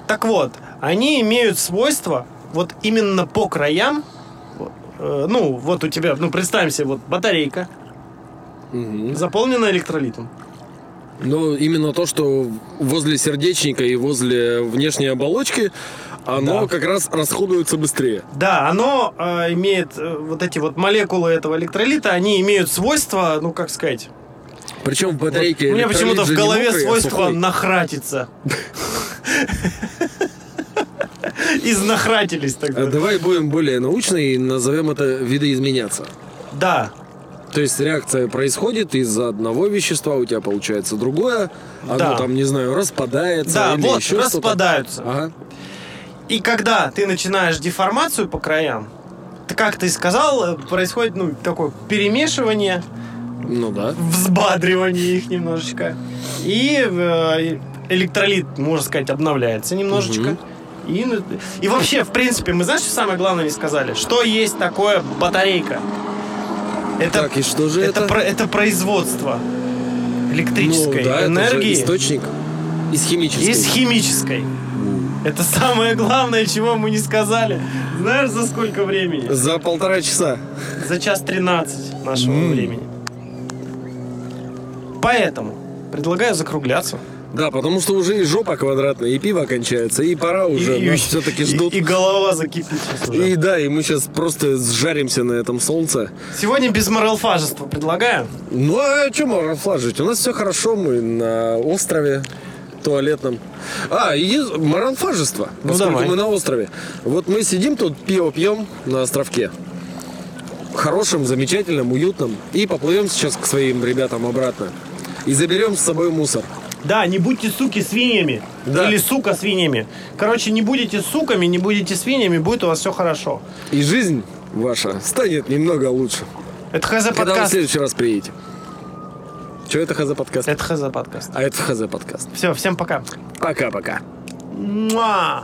S2: Так вот, они имеют свойство вот именно по краям. э, Ну, вот у тебя, ну, представим себе, вот батарейка,
S1: Мгм.
S2: заполнена электролитом.
S1: Ну, именно то, что возле сердечника и возле внешней оболочки, оно
S2: Да.
S1: как раз расходуется быстрее.
S2: Да, оно э, имеет э, вот эти вот молекулы этого электролита, они имеют свойство, ну как сказать.
S1: Причем в батарейке...
S2: у меня
S1: электролит
S2: почему-то в
S1: же не а
S2: голове
S1: мокрый, а
S2: свойство
S1: сухой.
S2: нахратиться. Изнахратились
S1: А
S2: тогда.
S1: Давай будем более научно и назовем это видоизменяться.
S2: Да.
S1: То есть реакция происходит из-за одного вещества, у тебя получается другое, оно
S2: Да.
S1: там, не знаю, распадается.
S2: Да,
S1: или
S2: вот,
S1: еще что-то.
S2: распадаются.
S1: Ага.
S2: И когда ты начинаешь деформацию по краям, ты, как ты и сказал, э, происходит ну, такое перемешивание,
S1: Ну да.
S2: взбадривание их немножечко. И э, электролит, можно сказать, обновляется немножечко. И, ну, и вообще, в принципе, мы знаешь, что самое главное не сказали? Что есть такое батарейка? Это,
S1: Так, и что же это?
S2: это, про- это производство электрической
S1: Ну да,
S2: энергии.
S1: это же источник из химической.
S2: Из химической. Это самое главное, чего мы не сказали. Знаешь, за сколько времени?
S1: За полтора часа.
S2: За час 13 нашего времени. Поэтому предлагаю закругляться.
S1: Да, потому что уже и жопа квадратная, и пиво кончается, и пора уже.
S2: и,
S1: нас все-таки
S2: и-
S1: ждут.
S2: и голова закипит сейчас уже.
S1: И да, и мы сейчас просто сжаримся на этом солнце.
S2: Сегодня без моралфажества предлагаю.
S1: Ну а что мы расслаживать? У нас все хорошо, мы на острове туалетном. А, и е- маранфажество,
S2: Ну,
S1: поскольку
S2: давай.
S1: мы на острове. Вот мы сидим тут, пиво пьем на островке. Хорошим, замечательным, уютным. И поплывем сейчас к своим ребятам обратно. И заберем с собой мусор.
S2: Да, не будьте суки свиньями.
S1: Да.
S2: Или сука свиньями. Короче, не будете суками, не будете свиньями, будет у вас все хорошо.
S1: И жизнь ваша станет немного лучше.
S2: Это ХЗ
S1: Когда вы в
S2: подкаст.
S1: следующий раз приедете. Че это хз
S2: Э,
S1: подкаст?
S2: Это ХЗ подкаст.
S1: А это хз подкаст.
S2: Все, всем пока.
S1: Пока-пока.
S2: Муа!